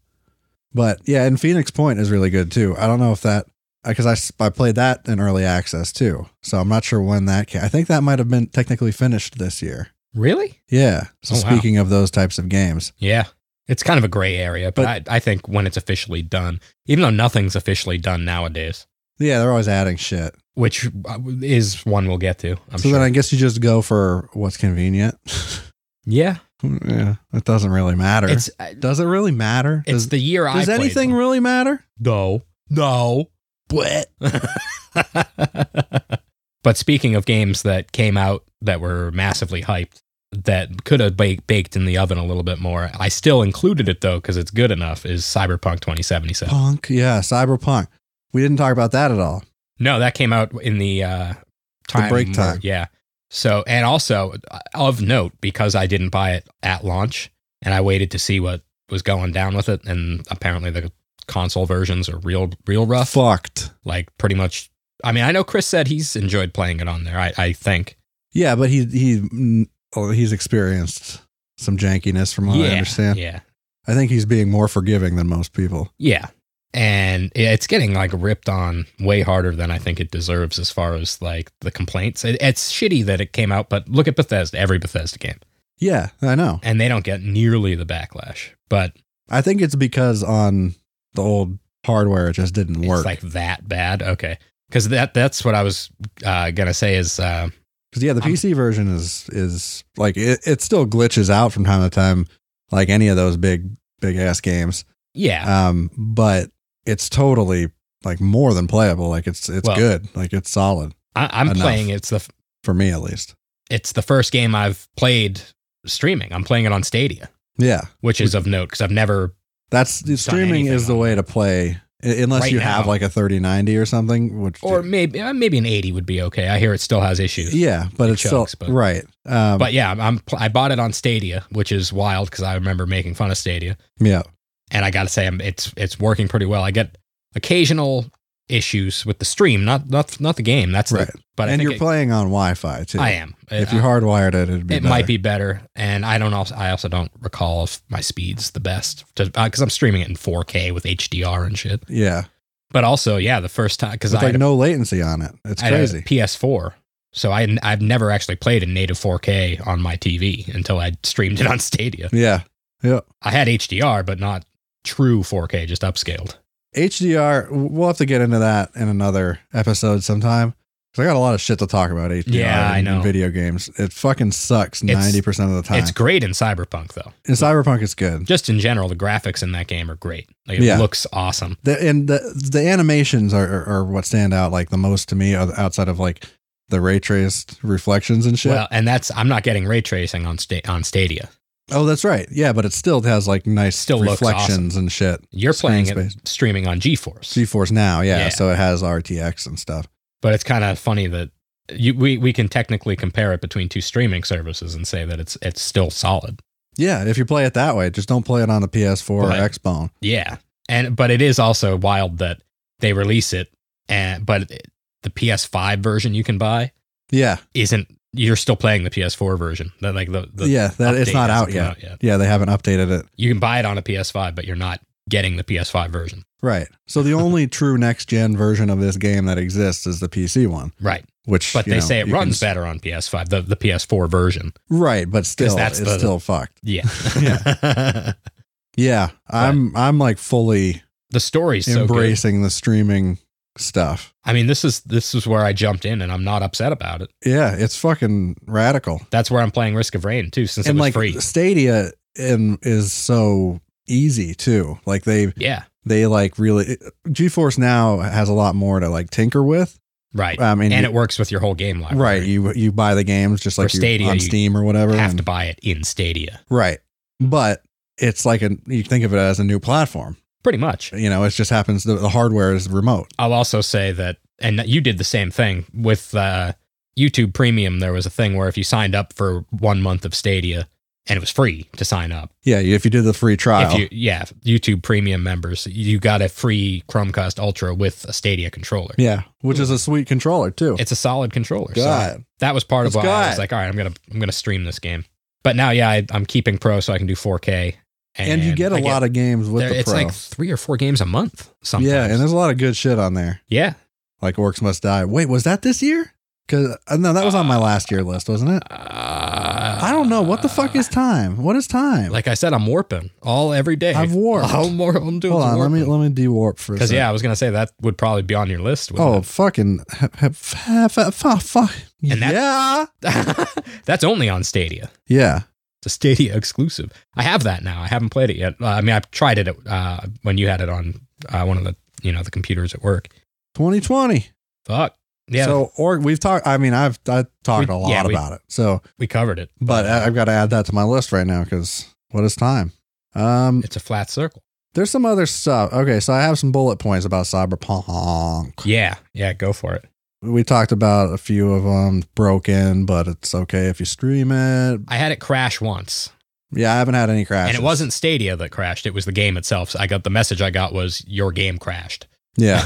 S2: But yeah, and Phoenix Point is really good too. I don't know if that because I, s- I played that in early access too. So I'm not sure when that came. I think that might have been technically finished this year.
S1: Really?
S2: Yeah. So
S1: Oh, wow.
S2: speaking of those types of games,
S1: Yeah. It's kind of a gray area, but, I, I think when it's officially done, even though nothing's officially done nowadays,
S2: yeah, they're always adding shit.
S1: which uh, is one we'll get to. I'm
S2: so
S1: sure.
S2: then I guess you just go for what's convenient.
S1: yeah.
S2: yeah, it doesn't really matter.
S1: It's uh,
S2: does it really matter?
S1: it's
S2: Does,
S1: the year I
S2: does
S1: played
S2: anything
S1: them.
S2: really matter?
S1: No. No.
S2: What?
S1: but speaking of games that came out that were massively hyped, that could have ba- baked in the oven a little bit more, I still included it though because it's good enough. Is Cyberpunk 2077?
S2: Punk. Yeah, cyberpunk. We didn't talk about that at all.
S1: No, that came out in the uh, time
S2: break
S1: where-
S2: time.
S1: Yeah. So and also uh, of note because I didn't buy it at launch and I waited to see what was going down with it, and apparently the console versions are real real rough.
S2: Fucked.
S1: like pretty much i mean i know chris said he's enjoyed playing it on there i, I think
S2: Yeah, but he he mm, oh, he's experienced some jankiness from what
S1: yeah
S2: I understand.
S1: yeah
S2: I think he's being more forgiving than most people.
S1: yeah and it's getting like ripped on way harder than i think it deserves as far as like the complaints It- it's shitty that it came out but look at bethesda every bethesda game
S2: Yeah, I know.
S1: and they don't get nearly the backlash but
S2: I think it's because on the old hardware it just didn't work.
S1: it's like that bad okay because that that's what i was uh, gonna say is uh,
S2: Because yeah, the
S1: I'm-
S2: PC version is is like it, it still glitches out from time to time, like any of those big big ass games.
S1: yeah
S2: Um, but it's totally like more than playable. Like it's it's
S1: Well-
S2: good. Like it's solid
S1: I, i'm
S2: enough.
S1: playing it's the
S2: for me at least.
S1: it's the first game i've played streaming i'm playing it on stadia
S2: Yeah,
S1: which is of note because I've never.
S2: that's the
S1: Done
S2: streaming
S1: anything
S2: is the
S1: on
S2: way to play. i- Unless
S1: Right
S2: you have
S1: now.
S2: like a thirty ninety or something, which
S1: Or maybe uh, maybe an eighty would be okay. I hear it still has issues,
S2: yeah, but
S1: it
S2: it's still
S1: chokes, but-
S2: right. Um,
S1: but yeah, I'm- I'm pl- I bought it on Stadia, which is wild because I remember making fun of Stadia,
S2: yeah,
S1: and I gotta say, I'm, it's it's working pretty well. I get occasional issues with the stream, not not not the game. That's
S2: right.
S1: The, but I
S2: and
S1: think
S2: you're
S1: it-
S2: playing on Wi-Fi too.
S1: I am.
S2: If
S1: I-
S2: you hardwired it, it'd be
S1: it might be better, and I don't. Also, I also don't recall if my speed's the best because I'm streaming it in 4K with HDR and shit.
S2: yeah,
S1: But also, yeah, the first time because
S2: with
S1: I had
S2: like no latency on it. It's
S1: I had a
S2: crazy.
S1: PS4. So I I've never actually played in native 4K on my TV until I streamed it on Stadia.
S2: Yeah.
S1: I had HDR, but not true 4K, just upscaled.
S2: HDR, we'll have to get into that in another episode sometime. 'Cause I got a lot of shit to talk about HDR
S1: Yeah, I
S2: in
S1: know.
S2: video games. It fucking sucks
S1: It's-
S2: 90% of the time.
S1: It's great in Cyberpunk though.
S2: and Cyberpunk is good.
S1: Just in general, the graphics in that game are great. Like, it
S2: Yeah.
S1: looks awesome.
S2: The, and the the animations are, are, are what stand out like the most to me o- outside of like the ray traced reflections and shit.
S1: Well, and that's I'm not getting ray tracing on sta- on Stadia.
S2: oh, that's right. Yeah, but it still has like nice
S1: Still looks
S2: reflections and shit.
S1: You're
S2: Screen
S1: playing it streaming on GeForce.
S2: GeForce now, yeah,
S1: Yeah.
S2: so it has RTX and stuff.
S1: but it's kind of funny that you, we we can technically compare it between two streaming services and say that it's it's still solid.
S2: Yeah, if you play it that way, just don't play it on the PS4
S1: Right.
S2: or Xbox.
S1: Yeah, and but it is also wild that they release it, and but it- the PS5 version you can buy
S2: Yeah,
S1: isn't. You're still playing the PS4 version. That like the, the
S2: yeah, that it's
S1: update
S2: not
S1: hasn't
S2: out
S1: come
S2: yet. Yeah, they haven't updated it.
S1: You can buy it on a PS5, but you're not getting the PS5 version.
S2: Right. So the only true next gen version of this game that exists is the PC one,
S1: Right,
S2: which
S1: but
S2: you
S1: they
S2: know,
S1: say it
S2: you can
S1: runs
S2: s-
S1: better on PS5, the the PS4 version.
S2: Right, but still
S1: that's
S2: it's
S1: the-
S2: still fucked.
S1: Yeah, yeah.
S2: Yeah, I'm I'm like fully
S1: the story's so good.
S2: embracing the streaming stuff.
S1: I mean, this is this is where I jumped in, and I'm not upset about it.
S2: Yeah, it's fucking radical.
S1: That's where I'm playing Risk of Rain too, since it
S2: and
S1: was
S2: like
S1: free.
S2: Stadia and is so easy too. Like they
S1: Yeah,
S2: they like really GeForce now has a lot more to like tinker with.
S1: right.
S2: I mean,
S1: and
S2: you-
S1: it works with your whole game library.
S2: right, you you buy the games just
S1: For
S2: like you,
S1: Stadia,
S2: on
S1: you
S2: Steam or whatever.
S1: have
S2: and-
S1: to buy it in Stadia.
S2: Right. But it's like a you think of it as a new platform.
S1: Pretty much.
S2: You know, it just happens the, the hardware is remote.
S1: I'll also say that, and you did the same thing with uh, YouTube Premium. There was a thing where if you signed up for one month of Stadia, and it was free to sign up.
S2: Yeah, if you did the free trial.
S1: If you, yeah, YouTube Premium members, you got a free Chromecast Ultra with a Stadia controller.
S2: yeah, which is a sweet controller too.
S1: It's a solid controller. So
S2: God.
S1: that was part of
S2: It's
S1: why I
S2: got-
S1: was like, all right, I'm gonna I'm gonna stream this game. But now, yeah, I, I'm keeping Pro so I can do 4K,
S2: And, you get a
S1: I
S2: lot of games with
S1: there-
S2: the
S1: it's
S2: pro.
S1: like three or four games a month. Sometimes.
S2: yeah, and there's a lot of good shit on there,
S1: yeah.
S2: like Orcs Must Die. Wait, was that this year? Because no, that was on my last year list, wasn't it?
S1: Uh,
S2: I don't know. What the fuck is time? What is time?
S1: Like I said, I'm warping all every day.
S2: I've warped.
S1: I'm, war- I'm doing
S2: Hold on, let me let me dewarp for a
S1: because
S2: second.
S1: yeah, I was gonna say that would probably be on your list.
S2: Oh,
S1: wouldn't
S2: fucking fuck!
S1: And that-
S2: yeah,
S1: it? that's only on Stadia.
S2: yeah.
S1: It's a Stadia exclusive. I have that now. I haven't played it yet. Uh, I mean, I tried it uh, when you had it on uh, one of the you know the computers at work.
S2: 2020.
S1: Fuck yeah,
S2: So, or we've talked. I mean, I've I talked
S1: We-
S2: a lot
S1: yeah, we-
S2: about it. So,
S1: we covered it.
S2: but I- I've got to add that to my list right now because what is time? Um,
S1: It's a flat circle.
S2: there's some other stuff. Okay, so I have some bullet points about cyberpunk.
S1: Yeah, yeah, go for it.
S2: We talked about a few of them broken, but it's okay if you stream it.
S1: I had it crash once,
S2: Yeah, I haven't had any crashes.
S1: and it wasn't Stadia that crashed. It was the game itself. So I got the message I got was your game crashed
S2: Yeah,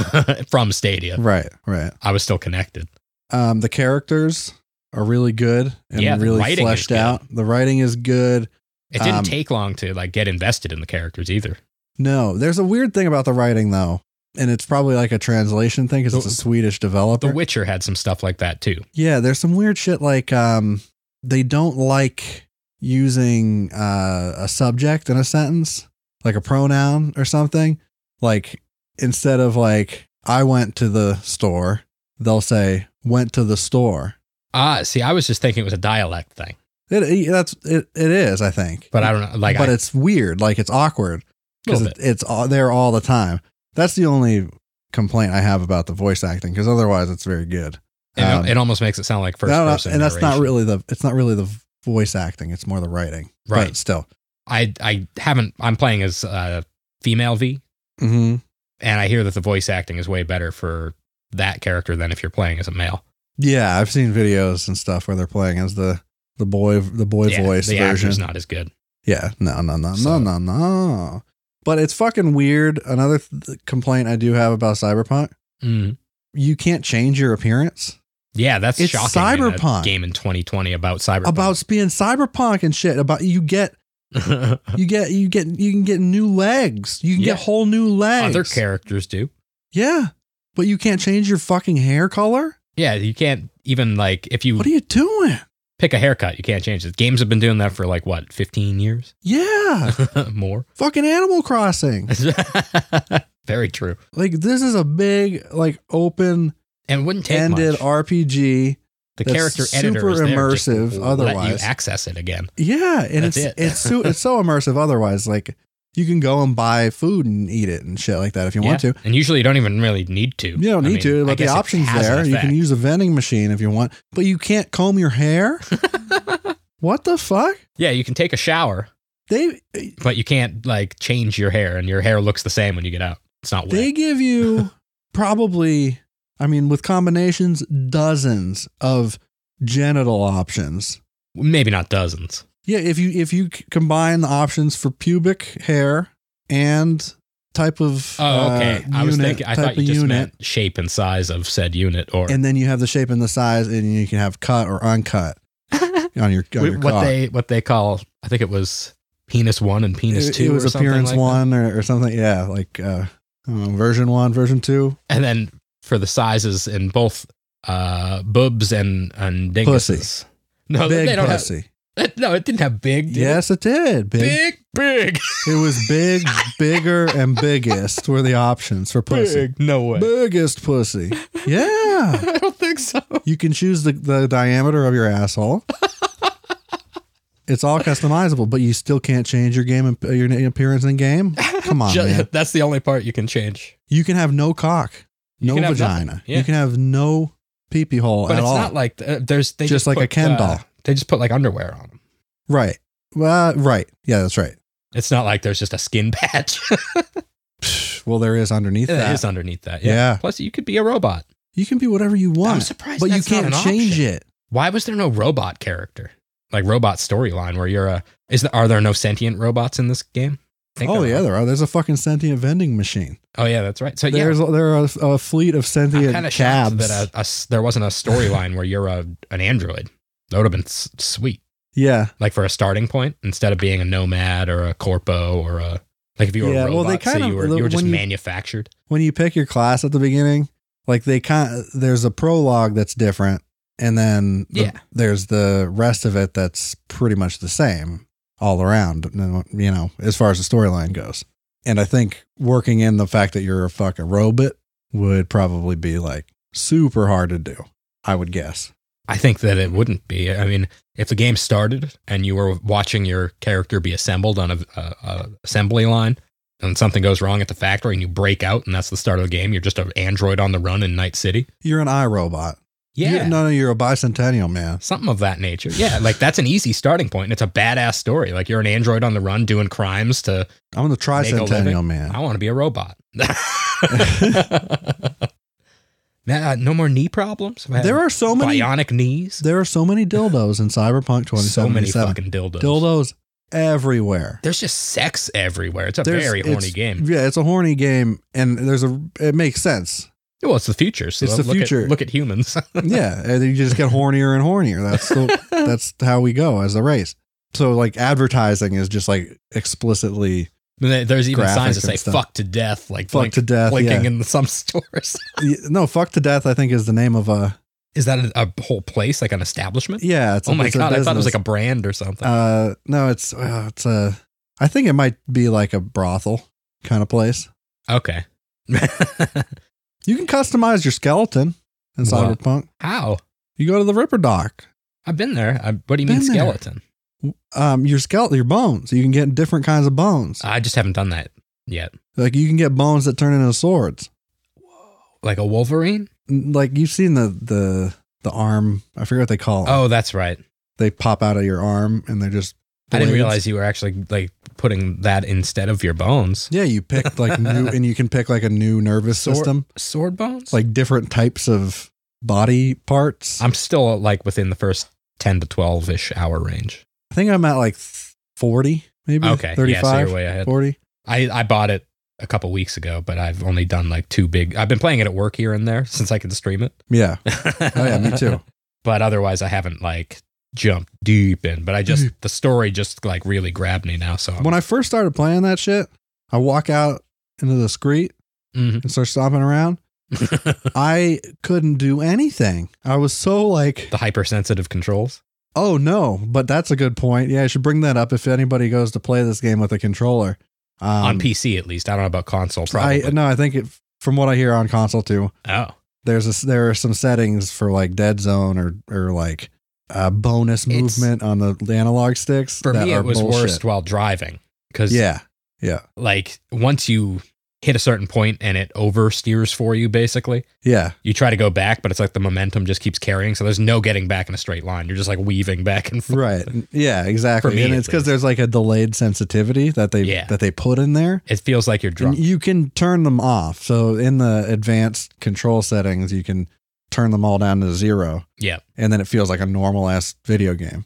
S1: from Stadia.
S2: right, right.
S1: I was still connected.
S2: Um, the characters are really good and
S1: Yeah, the
S2: really
S1: writing is
S2: fleshed
S1: good.
S2: out. The writing is good.
S1: It didn't
S2: Um,
S1: take long to like get invested in the characters either.
S2: No, there's a weird thing about the writing though, and it's probably like a translation thing because it's a
S1: The-
S2: Swedish
S1: The
S2: developer.
S1: Witcher had some stuff like that too.
S2: yeah, there's some weird shit like um, they don't like using uh, a subject in a sentence, like a pronoun or something. Like instead of like I went to the store, they'll say went to the store.
S1: Ah, see, I was just thinking it was a dialect thing,
S2: It, it- that's it. It is, I think.
S1: but I don't know. Like,
S2: but
S1: I,
S2: it's weird. Like it's awkward because
S1: Little
S2: it, it's all, there all the time. That's the only complaint I have about the voice acting because otherwise it's very good.
S1: it,
S2: um,
S1: it almost makes it sound like first
S2: No, no,
S1: person,
S2: and that's not
S1: narration.
S2: really the it's not really the voice acting. It's more the writing.
S1: right.
S2: But still.
S1: I I haven't. I'm playing as uh, female V,
S2: Mm-hmm.
S1: and I hear that the voice acting is way better for that character than if you're playing as a male.
S2: Yeah, I've seen videos and stuff where they're playing as the the boy the boy
S1: Yeah,
S2: voice
S1: the
S2: version.
S1: actor's not as good.
S2: Yeah, no, no, no,
S1: So-
S2: no, no, no. But it's fucking weird. Another th- complaint I do have about Cyberpunk:
S1: Mm.
S2: you can't change your appearance.
S1: Yeah, that's
S2: It's
S1: shocking. in a
S2: Cyberpunk.
S1: game in 2020 about cyberpunk.
S2: about being cyberpunk and shit. About you get you get you get you can get new legs. You can
S1: Yeah.
S2: get whole new legs.
S1: other characters do.
S2: Yeah, but you can't change your fucking hair color.
S1: Yeah, you can't even like if you
S2: What are you doing?
S1: pick a haircut, you can't change it. Games have been doing that for like what, 15 years?
S2: Yeah,
S1: More.
S2: fucking Animal Crossing.
S1: Very true.
S2: Like this is a big like open
S1: And it wouldn't take
S2: ended
S1: much.
S2: RPG.
S1: the
S2: that's
S1: character editor
S2: super
S1: is there just to
S2: immersive
S1: Let you
S2: otherwise.
S1: access it again.
S2: Yeah, and
S1: That's
S2: it's
S1: it.
S2: it's so it's so immersive. Otherwise, like you can go and buy food and eat it and shit like that if you want to.
S1: Yeah. And usually you don't even really need to.
S2: You don't
S1: I
S2: need
S1: mean,
S2: to,
S1: I
S2: but the
S1: guess it
S2: option's
S1: has an
S2: there. You can
S1: effect.
S2: use a vending machine if you want, but you can't comb your hair. what the fuck?
S1: Yeah, you can take a shower,
S2: They
S1: but you can't like change your hair and your hair looks the same when you get out. It's not
S2: they
S1: wet.
S2: give you probably, I mean, with combinations, dozens of genital options.
S1: Maybe not dozens.
S2: Yeah, if you if you c- combine the options for pubic hair and type of
S1: Oh, okay.
S2: uh,
S1: I was
S2: unit,
S1: thinking I
S2: type
S1: thought you
S2: of
S1: just
S2: unit,
S1: meant shape and size of said unit or
S2: and then you have the shape and the size, and you can have cut or uncut on your, on
S1: Wh-
S2: your
S1: what
S2: cock.
S1: they what they call I think it was penis one and penis
S2: it,
S1: two
S2: it was
S1: or something
S2: appearance
S1: like that.
S2: one or, or something yeah like uh I don't know, version one version two
S1: and then for the sizes in both uh boobs and and dinguses. No,
S2: big
S1: they don't
S2: pussy
S1: have. No, it didn't have big. Did it?
S2: yes it did big,
S1: big, big,
S2: it was big bigger and biggest were the options for pussy
S1: big. No way.
S2: biggest pussy yeah
S1: I don't think so.
S2: you can choose the, the diameter of your asshole it's all customizable but you still can't change your game your appearance in game come on
S1: Ju-
S2: man.
S1: That's the only part you can change.
S2: you can have no cock no
S1: can have
S2: vagina
S1: nothing, yeah.
S2: you can have no peepee hole
S1: But
S2: at
S1: it's
S2: all
S1: not like uh, there's they
S2: Just
S1: just,
S2: like a
S1: put,
S2: Ken
S1: uh,
S2: doll.
S1: they just put like underwear on them.
S2: Right. Well, right. Yeah, that's right.
S1: It's not like there's just a skin patch.
S2: Well, there is underneath
S1: that
S2: that.
S1: is underneath that.
S2: yeah.
S1: Yeah. Plus, you could be a robot.
S2: You can be whatever you
S1: I'm
S2: want,
S1: surprised,
S2: but you
S1: that's not
S2: can't
S1: an
S2: change
S1: option.
S2: it.
S1: Why was there no robot character, like robot storyline, where you're a? Is there are there no sentient robots in this game? I think
S2: Oh
S1: there
S2: yeah,
S1: are.
S2: there are. There's a fucking sentient vending machine.
S1: Oh yeah, that's right. So yeah,
S2: There's there are a, a fleet of
S1: I'm
S2: sentient
S1: kind of shocked
S2: cabs.
S1: that a, a s- there wasn't a storyline where you're a an android. That would have been s- sweet.
S2: Yeah.
S1: like for a starting point instead of being a nomad or a corpo or a like if you were
S2: Yeah,
S1: a
S2: well,
S1: robot,
S2: they
S1: so
S2: kinda-
S1: you were
S2: the-
S1: you were just
S2: when you-
S1: manufactured.
S2: when you pick your class at the beginning, like they kind there's a prologue that's different, and then the-
S1: Yeah.
S2: there's the rest of it that's pretty much the same all around. You know, as far as the storyline goes, and I think working in the fact that you're a fuck a robot would probably be like super hard to do. I would guess.
S1: I think that it wouldn't be. I mean, if the game started and you were watching your character be assembled on a, a, a assembly line, and something goes wrong at the factory and you break out, and that's the start of the game. You're just an android on the run in Night City.
S2: You're an iRobot.
S1: Yeah,
S2: You- no, no, you're a bicentennial man.
S1: something of that nature. Yeah, like that's an easy starting point, and it's a badass story. Like you're an android on the run doing crimes to
S2: I'm the
S1: Make a
S2: tricentennial man.
S1: I want to be a robot. Nah, no more knee problems. I've had
S2: There are so many.
S1: bionic knees.
S2: There are so many dildos in Cyberpunk 2077.
S1: So many fucking dildos.
S2: dildos everywhere.
S1: There's just sex everywhere. It's a
S2: There's-
S1: very
S2: it's-
S1: horny game.
S2: Yeah, it's a horny game, and there's a. It makes sense.
S1: Well, it's the future. So
S2: It's the
S1: look
S2: future.
S1: At, look at humans.
S2: Yeah, and you just get hornier and hornier. That's the, that's how we go as a race. So like advertising is just like explicitly
S1: There- There's even
S2: Graphic
S1: signs that say
S2: and stuff.
S1: "fuck to death," like
S2: fuck
S1: blink-
S2: to death.
S1: blinking
S2: Yeah.
S1: in some stores.
S2: Y- no, fuck to death. I think is the name of a
S1: Is that a, a whole place, like an establishment?
S2: yeah. It's
S1: oh my
S2: it's a
S1: god! I thought it was
S2: business.
S1: like a brand or something.
S2: Uh, no, it's uh, it's a. I think it might be like a brothel kind of place.
S1: okay.
S2: You can customize your skeleton in
S1: Wow.
S2: Cyberpunk.
S1: How?
S2: You go to the Ripper Dock.
S1: I've been there. I, what do you
S2: Been
S1: mean
S2: there.
S1: skeleton?
S2: um, your skeleton, your bones. You can get different kinds of bones.
S1: I just haven't done that yet.
S2: like you can get bones that turn into swords.
S1: Like a Wolverine?
S2: N- Like you've seen the the the arm. I forget what they call. 'em.
S1: Oh, that's right.
S2: they pop out of your arm and they're just.
S1: I didn't
S2: blades.
S1: realize you were actually like putting that instead of your bones.
S2: Yeah, you pick like new, and you can pick like a new nervous
S1: Sword-
S2: system,
S1: Sword bones?
S2: like different types of body parts. i
S1: I'm still like within the first 10 to 12 ish hour range.
S2: think I'm at like th- forty, maybe
S1: Okay. Yeah, so
S2: 35,
S1: you're way ahead.
S2: 40.
S1: I, I bought it a couple weeks ago, but I've only done like two big. I've been playing it at work here and there since I can stream it.
S2: Yeah. Oh yeah, me too.
S1: but otherwise, I haven't like jumped deep in. But I just, the story just like really grabbed me now. So I'm,
S2: Mm-hmm. When I first started playing that shit, I walk out into the street
S1: Mhm.
S2: and start stomping around.
S1: Mm-hmm.
S2: I couldn't do anything. I was so like,
S1: the hypersensitive controls.
S2: oh no, but that's a good point. Yeah, I should bring that up if anybody goes to play this game with a controller. Um,
S1: on PC, at least. I don't know about console,
S2: I
S1: probably.
S2: no, I think it, from what I hear on console too,
S1: oh.
S2: there's a, s- there are some settings for like dead zone or or like uh, bonus
S1: It's-
S2: movement on the analog sticks.
S1: For
S2: that
S1: me,
S2: are
S1: it was
S2: bullshit.
S1: worst while driving because,
S2: Yeah,
S1: like, once you hit a certain point and it oversteers for you, basically,
S2: yeah,
S1: you try to go back, but it's like the momentum just keeps carrying. So there's no getting back in a straight line. You're just like weaving back and forth.
S2: right, yeah, exactly.
S1: me,
S2: and
S1: at
S2: it's because
S1: least.
S2: there's like a delayed sensitivity that they
S1: Yeah.
S2: that they put in there.
S1: It feels like you're
S2: And
S1: drunk.
S2: you can turn them off. So in the advanced control settings, you can turn them all down to zero.
S1: Yeah.
S2: And then it feels like a normal ass video game.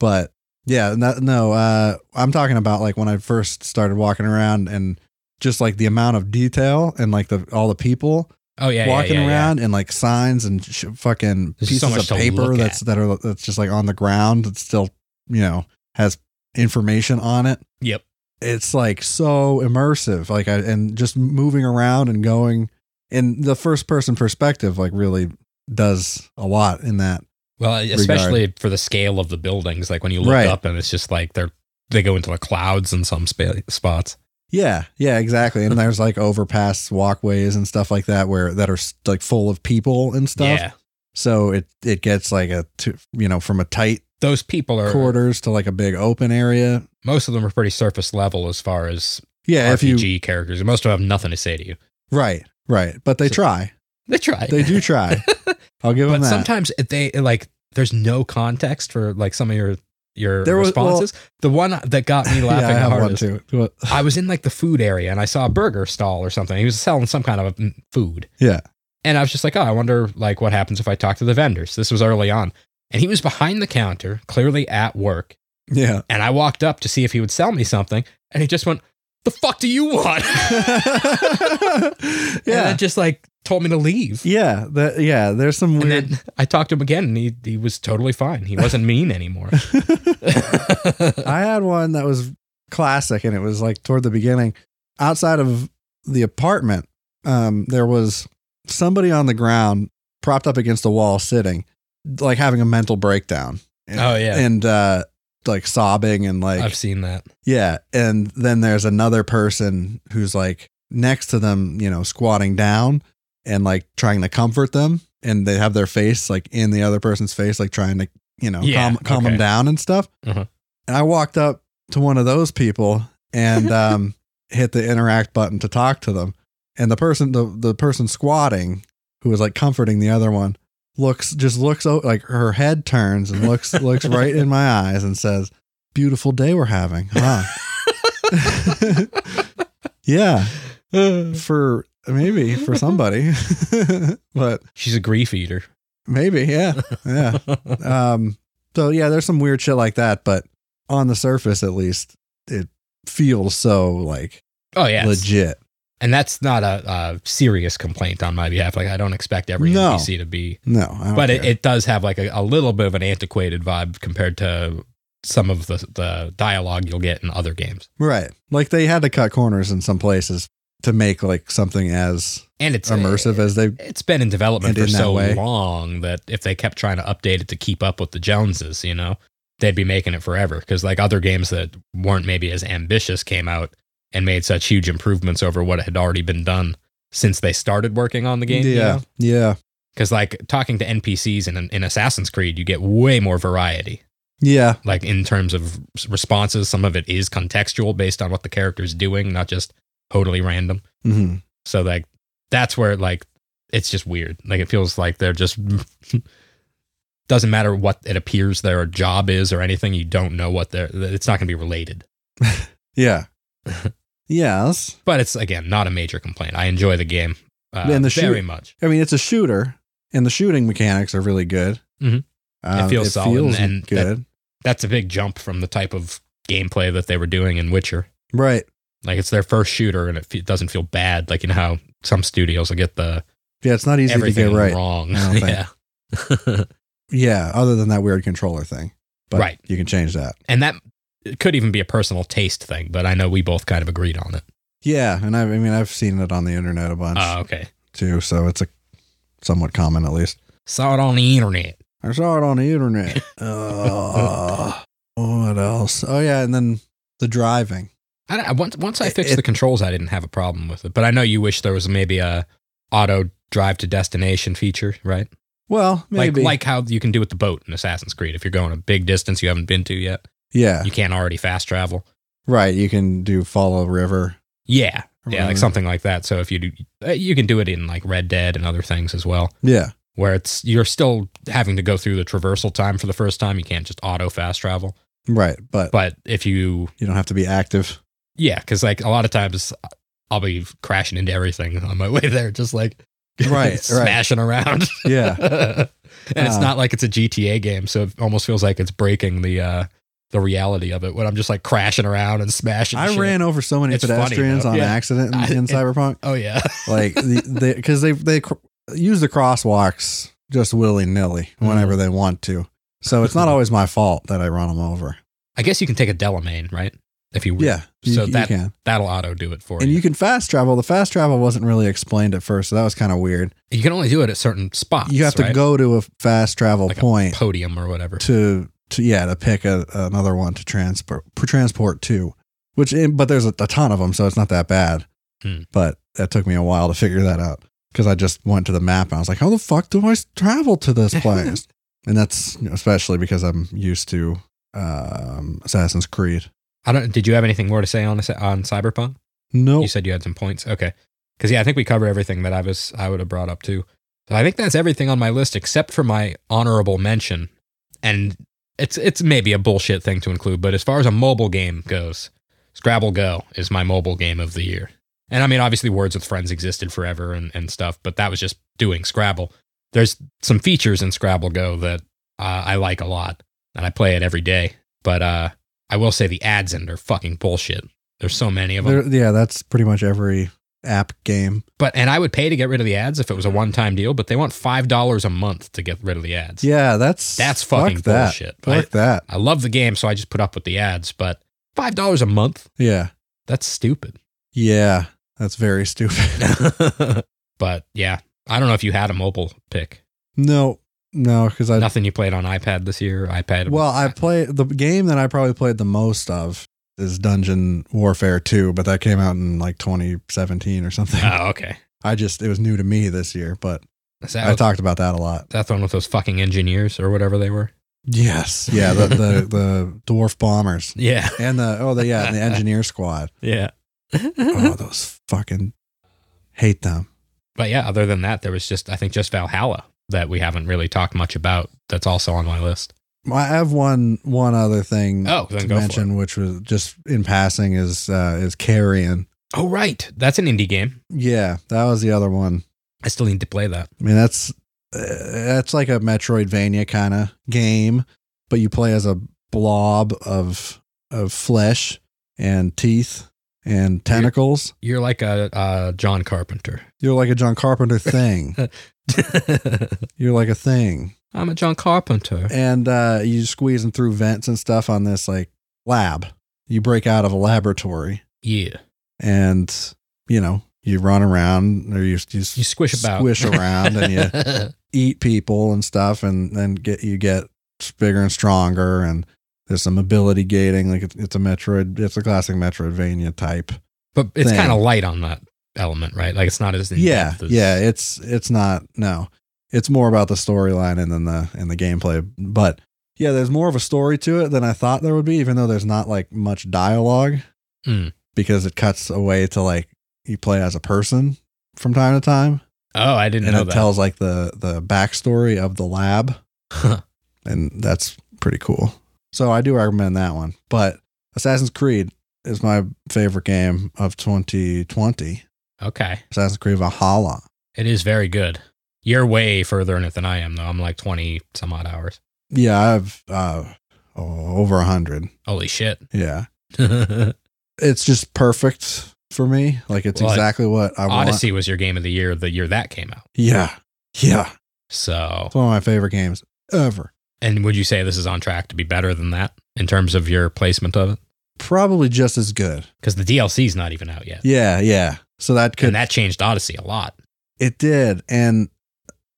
S2: But yeah, no, no uh, I'm talking about like when I first started walking around and just like the amount of detail and like the all the people
S1: oh, yeah. yeah,
S2: walking
S1: yeah, yeah.
S2: around and like signs and sh- fucking
S1: There's
S2: pieces
S1: so much to
S2: of paper
S1: look
S2: that's that are that's just like on the ground that still you know has information on it
S1: Yep.
S2: it's like so immersive like I, and just moving around and going and the first person perspective like really does a lot in that
S1: Well, especially for the scale of the buildings. Like when you look
S2: Right.
S1: up and it's just like they're, they go into the clouds in some spa- spots.
S2: yeah yeah exactly and there's like overpass walkways and stuff like that where that are s- like full of people and stuff
S1: Yeah.
S2: so it it gets like a to, you know from a tight
S1: Those people are,
S2: quarters to like a big open area
S1: most of them are pretty surface level as far as
S2: yeah if
S1: RPG
S2: you
S1: characters. Most of them have nothing to say to you.
S2: right right but they
S1: So-
S2: try
S1: They try.
S2: they do try i'll give them
S1: but
S2: that
S1: sometimes it- they like there's no context for like some of your your
S2: There was-
S1: responses. the one that got me
S2: yeah, i
S1: laughing
S2: have
S1: hardest.
S2: one too
S1: I was in like the food area and I saw a burger stall or something. He was selling some kind of mm, food.
S2: Yeah.
S1: And I was just like, oh, I wonder like what happens if I talk to the vendors. This was early on. And he was behind the counter, clearly at work.
S2: yeah
S1: And I walked up to see if he would sell me something. And he just went, the fuck do you want? And
S2: yeah.
S1: then just like told me to leave.
S2: yeah. That, yeah. There's some
S1: And
S2: weird.
S1: then I talked to him again, and he, he was totally fine. He wasn't mean anymore. Oh,
S2: I had one that was classic, and it was like toward the beginning, outside of the apartment. Um, there was somebody on the ground, propped up against the wall, sitting, like having a mental breakdown. And,
S1: Oh, yeah.
S2: and uh, like sobbing and like
S1: I've seen that.
S2: yeah, and then there's another person who's like next to them, you know, squatting down and like trying to comfort them, and they have their face like in the other person's face, like trying to you know
S1: Yeah,
S2: calm calm
S1: okay.
S2: them down and stuff.
S1: Uh-huh.
S2: And I walked up to one of those people and um, hit the interact button to talk to them, and the person the the person squatting who was like comforting the other one looks just looks o- like her head turns and looks looks right in my eyes and says beautiful day we're having huh yeah for maybe for somebody but
S1: She's a grief eater. Oh,
S2: maybe yeah yeah um so yeah there's some weird shit like that but on the surface at least it feels so like
S1: oh yeah, it's-
S2: legit
S1: and that's not a, a serious complaint on my behalf. Like I don't expect every
S2: No.
S1: NPC to be,
S2: no I don't
S1: but it,
S2: care.
S1: it does have like a, a little bit of an antiquated vibe compared to some of the the dialogue you'll get in other games.
S2: right like they had to cut corners in some places to make like something as
S1: And it's uh,
S2: immersive as they
S1: It's been in development
S2: And
S1: for
S2: in that
S1: so
S2: way.
S1: long that if they kept trying to update it to keep up with the Joneses, you know, they'd be making it forever. Because like other games that weren't maybe as ambitious came out and made such huge improvements over what had already been done since they started working on the game. you know?
S2: yeah yeah
S1: Because like talking to NPCs in in Assassin's Creed, you get way more variety.
S2: yeah
S1: Like in terms of s- responses, some of it is contextual based on what the character's doing, not just totally random.
S2: hmm
S1: So like that's where like it's just weird. Like it feels like they're just doesn't matter what it appears their job is or anything. You don't know what they're. It's not going to be related.
S2: yeah yes
S1: But it's again not a major complaint. I enjoy the game uh,
S2: And the
S1: very
S2: shoot-
S1: much.
S2: i mean it's a shooter and the shooting mechanics are really good
S1: Mhm.
S2: Um,
S1: feels solid and that-
S2: good
S1: That's a big jump from the type of gameplay that they were doing in Witcher.
S2: right
S1: Like it's their first shooter, and it fe- doesn't feel bad. Like you know how some studios will get the
S2: yeah it's not easy
S1: everything
S2: to get right
S1: wrong.
S2: I don't
S1: yeah,
S2: yeah other than that weird controller thing but
S1: Right.
S2: you can change that
S1: and that it could even be a personal taste thing. But I know we both kind of agreed on it.
S2: yeah and I've, i mean i've seen it on the internet a bunch
S1: Oh, okay.
S2: too so it's a somewhat common at least
S1: Saw it on the internet.
S2: i saw it on the internet uh, what else oh yeah and then the driving
S1: I don't, I- once once I
S2: It-
S1: fixed
S2: it-
S1: the controls, I didn't have a problem with it. But I know you wish there was maybe a auto drive to destination feature, right?
S2: well maybe
S1: Like like how you can do with the boat in Assassin's Creed. If you're going a big distance you haven't been to yet,
S2: yeah
S1: you can't already fast travel.
S2: right you can do follow river
S1: Yeah,
S2: or
S1: yeah, like
S2: whatever.
S1: something like that. So if you do, uh, you can do it in like Red Dead and other things as well,
S2: yeah
S1: where it's you're still having to go through the traversal time for the first time. You can't just auto fast travel.
S2: right but
S1: But if you
S2: you don't have to be active
S1: Yeah, because like a lot of times I'll be crashing into everything on my way there, just like
S2: Right, right.
S1: smashing around.
S2: yeah
S1: and it's
S2: Uh.
S1: not like it's a GTA game, so it almost feels like it's breaking the uh the reality of it when I'm just like crashing around and smashing.
S2: i
S1: shit.
S2: ran over so many
S1: It's funny,
S2: pedestrians
S1: though.
S2: on
S1: Yeah.
S2: accident in,
S1: I-
S2: in
S1: it-
S2: cyberpunk
S1: Oh yeah,
S2: like the because they they cr- use the crosswalks just willy nilly whenever
S1: Mm.
S2: they want to. So it's not always my fault that I run them over.
S1: I guess you can take a Delamain, right? If you
S2: Yeah, you,
S1: So
S2: you
S1: that-
S2: can
S1: that'll auto do it for
S2: and
S1: you.
S2: you can fast travel. The fast travel wasn't really explained at first, so that was kind of weird.
S1: You can only do it at certain spots.
S2: You have to
S1: right?
S2: go to a fast travel
S1: Like a
S2: point
S1: podium or whatever.
S2: to to yeah to pick a, another one to transport transport to, which in, but there's a, a ton of them, so it's not that bad.
S1: Hmm.
S2: But that took me a while to figure that out because I just went to the map and I was like, how the fuck do I s- travel to this place? and that's you know, especially because I'm used to um, Assassin's Creed.
S1: I don't. Did you have anything more to say on this- on Cyberpunk?
S2: No,
S1: You said you had some points. Okay. Because yeah, I think we covered everything that I was I would have brought up too. So I think that's everything on my list except for my honorable mention. And it's it's maybe a bullshit thing to include, but as far as a mobile game goes, Scrabble Go is my mobile game of the year. And I mean obviously Words with Friends existed forever and, and stuff, but that was just doing Scrabble. There's some features in Scrabble Go that uh, I like a lot, and I play it every day. But uh, I will say the ads in it are fucking bullshit. There's so many of them.
S2: There, yeah, that's pretty much every app game.
S1: but and I would pay to get rid of the ads if it was a one-time deal. But they want five dollars a month to get rid of the ads.
S2: Yeah, that's
S1: that's fucking
S2: fuck that.
S1: bullshit.
S2: Fuck that.
S1: I, I love the game, so I just put up with the ads. But five dollars a month?
S2: Yeah,
S1: That's stupid.
S2: yeah, that's very stupid.
S1: but yeah, I don't know if you had a mobile pick.
S2: no, no, because I
S1: Nothing you played on iPad this year. iPad.
S2: Uh, Well, I play the game that I probably played the most of is Dungeon Warfare 2, but that came out in like 2017 or something.
S1: Oh, okay.
S2: I just it was new to me this year, but
S1: Is that,
S2: I talked about that a lot.
S1: that's the one with those fucking engineers or whatever they were.
S2: Yes. Yeah, the the, the dwarf bombers
S1: Yeah.
S2: and the oh the yeah, and the engineer squad.
S1: Yeah.
S2: Oh, those fucking hate them.
S1: But yeah, other than that, there was just I think just Valhalla that we haven't really talked much about. That's also on my list.
S2: I have one one other thing
S1: Oh, then
S2: Mm, to
S1: go for it.
S2: mention which was just in passing is uh is Carrion.
S1: Oh right, that's an indie game.
S2: Yeah, that was the other one.
S1: I still need to play that.
S2: I mean, that's uh, that's like a Metroidvania kind of game, but you play as a blob of of flesh and teeth and tentacles.
S1: You're like a uh, John Carpenter.
S2: You're like a John Carpenter thing. You're like a thing,
S1: I'm a John Carpenter.
S2: and uh, you squeezing through vents and stuff on this like lab. You break out of a laboratory,
S1: Yeah,
S2: and you know you run around or you you,
S1: you squish about,
S2: squish around, and you eat people and stuff and then get you get bigger and stronger and there's some ability gating like it's, it's a metroid it's a classic metroidvania type
S1: but it's
S2: thing.
S1: kind of light on that element, right? Like it's not as in
S2: yeah
S1: depth as-
S2: yeah it's it's not no it's more about the storyline and then the and the gameplay but yeah there's more of a story to it than i thought there would be even though there's not like much dialogue
S1: Hmm.
S2: because it cuts away to like you play as a person from time to time
S1: Oh, I didn't
S2: and
S1: know
S2: it
S1: that.
S2: tells like the the backstory of the lab
S1: Huh.
S2: and that's pretty cool. So I do recommend that one. But Assassin's Creed is my favorite game of 2020.
S1: okay,
S2: Assassin's Creed Valhalla.
S1: it is very good. You're way further in it than I am, though. I'm like twenty some odd hours.
S2: Yeah, I've uh, oh, over a hundred.
S1: Holy shit!
S2: Yeah,
S1: Odyssey
S2: it's just perfect for me. Like it's
S1: Well,
S2: exactly what I want.
S1: was your game of the year the year that came out.
S2: Yeah, yeah.
S1: So,
S2: It's one of my favorite games ever.
S1: and would you say this is on track to be better than that in terms of your placement of it?
S2: Probably just as good.
S1: Because the DLC's not even out yet,
S2: Yeah, yeah. So that could
S1: and that changed Odyssey a lot.
S2: It did, and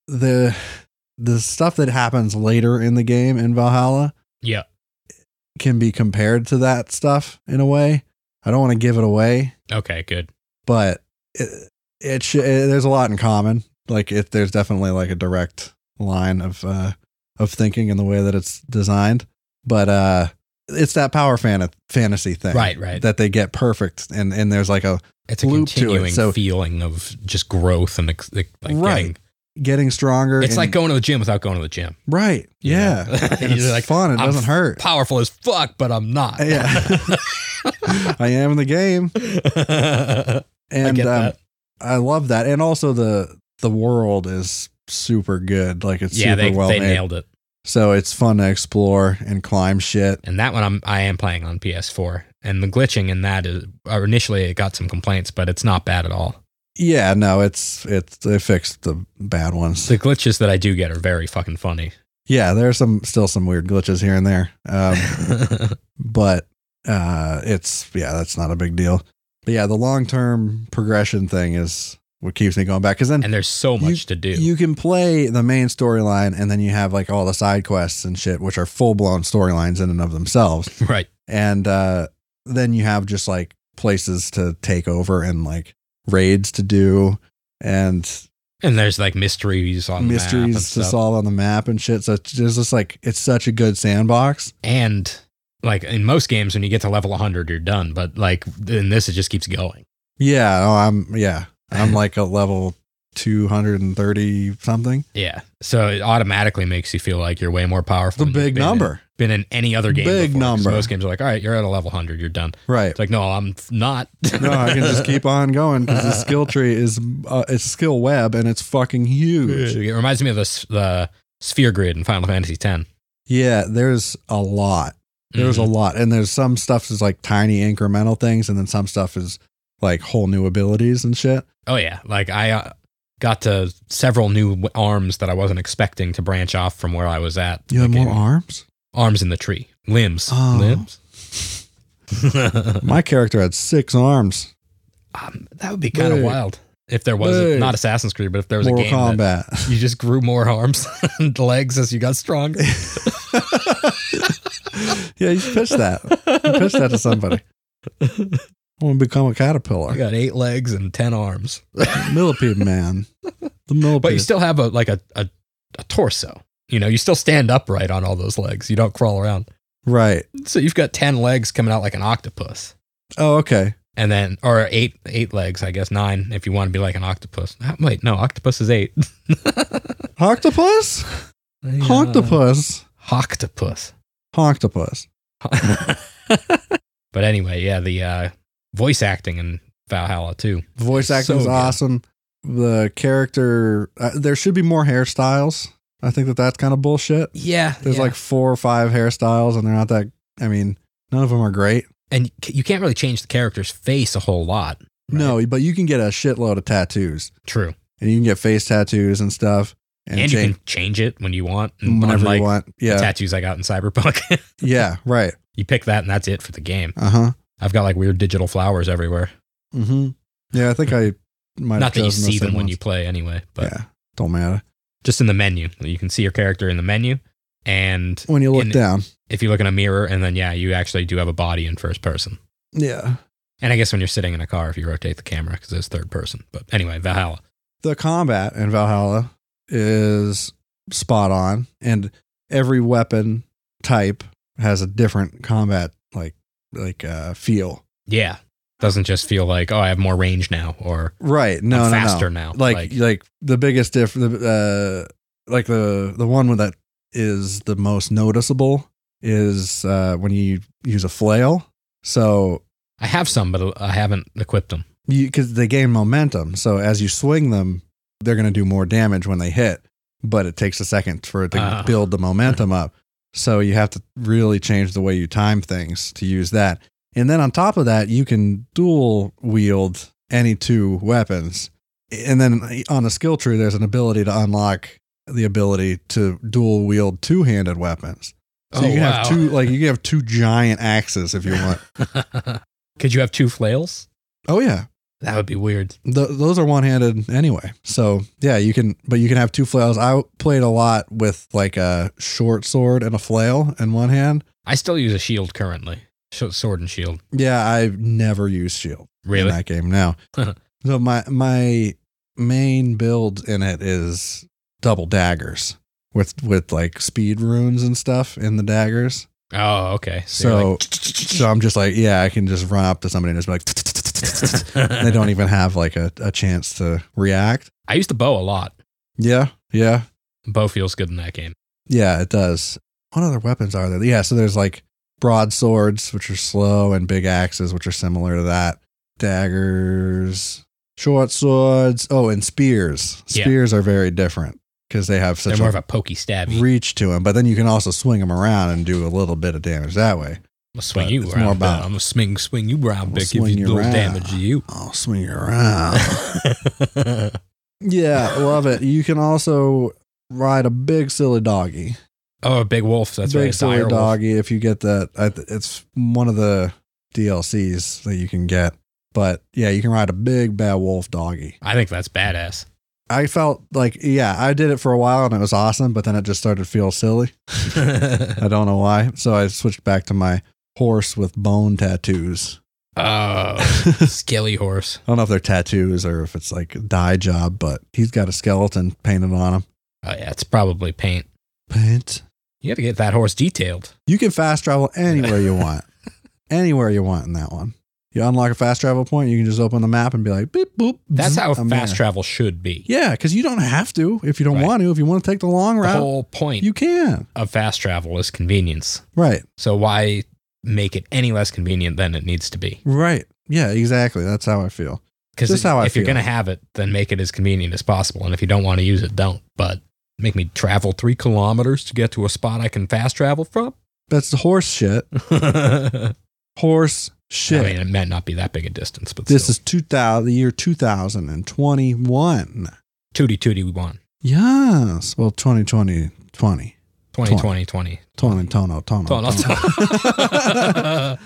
S2: the the stuff that happens later in the game in Valhalla,
S1: Yeah.
S2: can be compared to that stuff in a way. I don't want to give it away,
S1: Okay, good.
S2: but it, it, sh- there's a lot in common. Like it, there's definitely like a direct line of uh, of thinking in the way that it's designed, but uh, it's that power fan- fantasy thing,
S1: Right, right.
S2: That they get perfect, and and there's like a
S1: It's a
S2: loop to it,
S1: continuing
S2: so-
S1: feeling of just growth and ex- like, like
S2: Right.
S1: getting-
S2: getting stronger.
S1: it's
S2: and-
S1: like going to the gym without going to the gym.
S2: right,
S1: you
S2: yeah.
S1: know?
S2: and it's
S1: You're like
S2: fun. It
S1: I'm
S2: doesn't hurt.
S1: powerful as fuck, but I'm not.
S2: Yeah. I am in the game,
S1: I
S2: and
S1: get
S2: um,
S1: that.
S2: I love that. And also the the world is super good. Like it's
S1: Yeah,
S2: super
S1: they,
S2: well
S1: they
S2: made.
S1: nailed it.
S2: So it's fun to explore and climb shit.
S1: and that one I'm I am playing on PS4, and the glitching in that is or initially it got some complaints, but it's not bad at all.
S2: Yeah, no, it's it's they fixed the bad ones.
S1: The glitches that I do get are very fucking funny.
S2: Yeah, there are some still some weird glitches here and there. Um, but uh it's yeah that's not a big deal but yeah the long-term progression thing is what keeps me going back because then
S1: and there's so much to do.
S2: You can play the main storyline and then you have like all the side quests and shit, which are full blown storylines in and of themselves.
S1: right.
S2: And uh, then you have just like places to take over and like raids to do and
S1: And there's like mysteries on the map and
S2: mysteries to
S1: stuff.
S2: solve on the map and shit. So it's just it's like, it's such a good sandbox.
S1: And like in most games, when you get to level 100, you're done. But like in this, it just keeps going.
S2: Yeah. Oh, I'm, yeah. I'm like a level 230 something.
S1: Yeah. So it automatically makes you feel like you're way more powerful.
S2: The
S1: than you've
S2: big
S1: been in-
S2: number.
S1: been in any other game.
S2: Big
S1: before, 'cause
S2: number.
S1: Most games are like, all right, you're at a level 100, you're done.
S2: Right.
S1: It's like, no, I'm not.
S2: No, I can just keep on going because the skill tree is uh, it's skill web and it's fucking huge.
S1: It reminds me of the, s- the sphere grid in Final Fantasy X.
S2: Yeah, there's a lot. There's
S1: Mm-hmm.
S2: a lot, and there's some stuff is like tiny incremental things, and then some stuff is like whole new abilities and shit.
S1: Oh yeah, like I uh, got to several new w- arms that I wasn't expecting to branch off from where I was at.
S2: You have
S1: Like,
S2: more
S1: in-
S2: arms.
S1: arms in the tree, limbs,
S2: Oh.
S1: limbs.
S2: My character had six arms.
S1: um, that would be kind of
S2: Wait.
S1: wild if there was a,
S2: Wait.
S1: not Assassin's Creed, but if there was
S2: Mortal
S1: a game that
S2: Kombat.
S1: you just grew more arms and legs as you got stronger.
S2: yeah, you should pitch that. You pitch that to somebody. I want to become a
S1: I
S2: caterpillar,
S1: got eight legs and ten arms,
S2: millipede man. The millipede.
S1: but you still have a like a, a a torso. You know, you still stand upright on all those legs. You don't crawl around.
S2: right.
S1: So you've got ten legs coming out like an octopus.
S2: Oh, okay.
S1: and then or eight eight legs, I guess nine if you want to be like an octopus. Ah, Wait, no, octopus is eight.
S2: Octopus. Octopus.
S1: Octopus.
S2: Octopus.
S1: but anyway, yeah, the uh, voice acting in Valhalla too.
S2: Voice acting
S1: So
S2: is
S1: good.
S2: awesome. The character. Uh, there should be more hairstyles. I think that that's kind of bullshit.
S1: Yeah,
S2: There's
S1: yeah.
S2: like four or five hairstyles, and they're not that. I mean, none of them are great.
S1: and c- you can't really change the character's face a whole lot. right?
S2: No, but you can get a shitload of tattoos,
S1: true,
S2: and you can get face tattoos and stuff,
S1: and,
S2: change.
S1: you can change it when you want. And
S2: whenever
S1: unlike
S2: you want.
S1: the
S2: Yeah.
S1: tattoos I got in Cyberpunk,
S2: yeah. Right.
S1: you pick that and that's it for the game.
S2: Uh huh.
S1: I've got like weird digital flowers everywhere.
S2: hmm Yeah. I think I might
S1: Not
S2: have
S1: that you
S2: chosen those
S1: see them
S2: same
S1: when
S2: ones.
S1: you play anyway, but
S2: yeah. Don't matter.
S1: just in the menu. You can see your character in the menu, and
S2: When you look
S1: In-
S2: down.
S1: if you look in a mirror, and then yeah, you actually do have a body in first person.
S2: Yeah.
S1: And I guess when you're sitting in a car, if you rotate the camera, because it's third person. But anyway, Valhalla.
S2: The combat in Valhalla is spot on, and every weapon type has a different combat like like uh feel.
S1: Yeah, doesn't just feel like oh, I have more range now, or
S2: Right. No.
S1: I'm
S2: no.
S1: faster now.
S2: no. Like, like the biggest diff the uh like the the one that is the most noticeable is uh when you use a flail. So
S1: I have some, but I haven't equipped them.
S2: you because they gain momentum. So as you swing them, they're going to do more damage when they hit, but it takes a second for it to
S1: Ah.
S2: build the momentum up. So you have to really change the way you time things to use that. And then on top of that, you can dual wield any two weapons. And then on the skill tree, there's an ability to unlock the ability to dual wield two handed weapons.
S1: Oh,
S2: So you can have two, like you can have two giant axes if you want.
S1: two. Could you have two flails?
S2: oh yeah,
S1: That would be weird.
S2: Th those are one-handed anyway. So yeah, you can, but you can have two flails. I played a lot with like a short sword and a flail in one hand.
S1: I still use a shield currently, Sh- sword and shield.
S2: Yeah, I never use shield
S1: Really?
S2: in that game now. so my my main build in it is double daggers with with like speed runes and stuff in the daggers.
S1: Oh, okay.
S2: So so I'm just like, yeah, I can just run up to somebody and just be like, they don't even have like a, a chance to react.
S1: I used the bow a lot.
S2: Yeah, yeah.
S1: Bow feels good in that game.
S2: Yeah, it does. What other weapons are there? Yeah, so there's like broadswords, which are slow, and big axes, which are similar to that. Daggers, short swords. Oh, and spears.
S1: Yeah.
S2: Spears are very different because they have
S1: They're
S2: such
S1: more
S2: a,
S1: of a pokey stabby.
S2: reach to them. But then you can also swing them around and do a little bit of damage that way.
S1: I'll swing
S2: but
S1: you
S2: it's
S1: around.
S2: more
S1: Bill.
S2: about-
S1: I'm gonna swing, swing you around,
S2: I'ma
S1: Bill, give
S2: swing
S1: you
S2: you
S1: a little
S2: around.
S1: damage to you.
S2: I'll swing you around.
S1: Oh,
S2: yeah, love it. You can also ride a big silly doggy.
S1: oh, a big wolf. That's
S2: big
S1: right. It's a
S2: silly
S1: dire wolf.
S2: doggy. If you get that, I th- it's one of the DLCs that you can get. But yeah, you can ride a big bad wolf doggy.
S1: I think that's badass.
S2: I felt like yeah, I did it for a while and it was awesome, but then it just started to feel silly. I don't know why, so I switched back to my horse with bone tattoos.
S1: oh,
S2: I
S1: skelly horse.
S2: don't know if they're tattoos or if it's like a dye job, but he's got a skeleton painted on him.
S1: Oh yeah, it's probably paint.
S2: Paint.
S1: You got to get that horse detailed.
S2: You can fast travel anywhere you want. anywhere you want in that one. You unlock a fast travel point, you can just open the map and be like, beep, boop.
S1: That's
S2: zzz,
S1: how
S2: I'm
S1: fast
S2: there.
S1: travel should be.
S2: Mm-hmm. Oh, Yeah, because you don't have to if you don't
S1: Right.
S2: want to. If you want to take the long
S1: The
S2: route,
S1: whole point
S2: you can.
S1: of fast travel is convenience.
S2: Right.
S1: So why make it any less convenient than it needs to be?
S2: Right. Yeah, exactly. That's how I feel.
S1: Because
S2: Just
S1: if
S2: how I
S1: you're
S2: feel.
S1: gonna have it, then make it as convenient as possible. And if you don't want to use it, don't. But make me travel three kilometers to get to a spot I can fast travel from.
S2: That's horse shit.
S1: I
S2: Horse shit.
S1: mean, it might not be that big a distance, but
S2: this
S1: still.
S2: is 2000, the year 2021.
S1: tootie tootie we won.
S2: Yes. Well, 2020, 20.
S1: 2020, 20.
S2: Tono, tono, tono, tono.
S1: Total-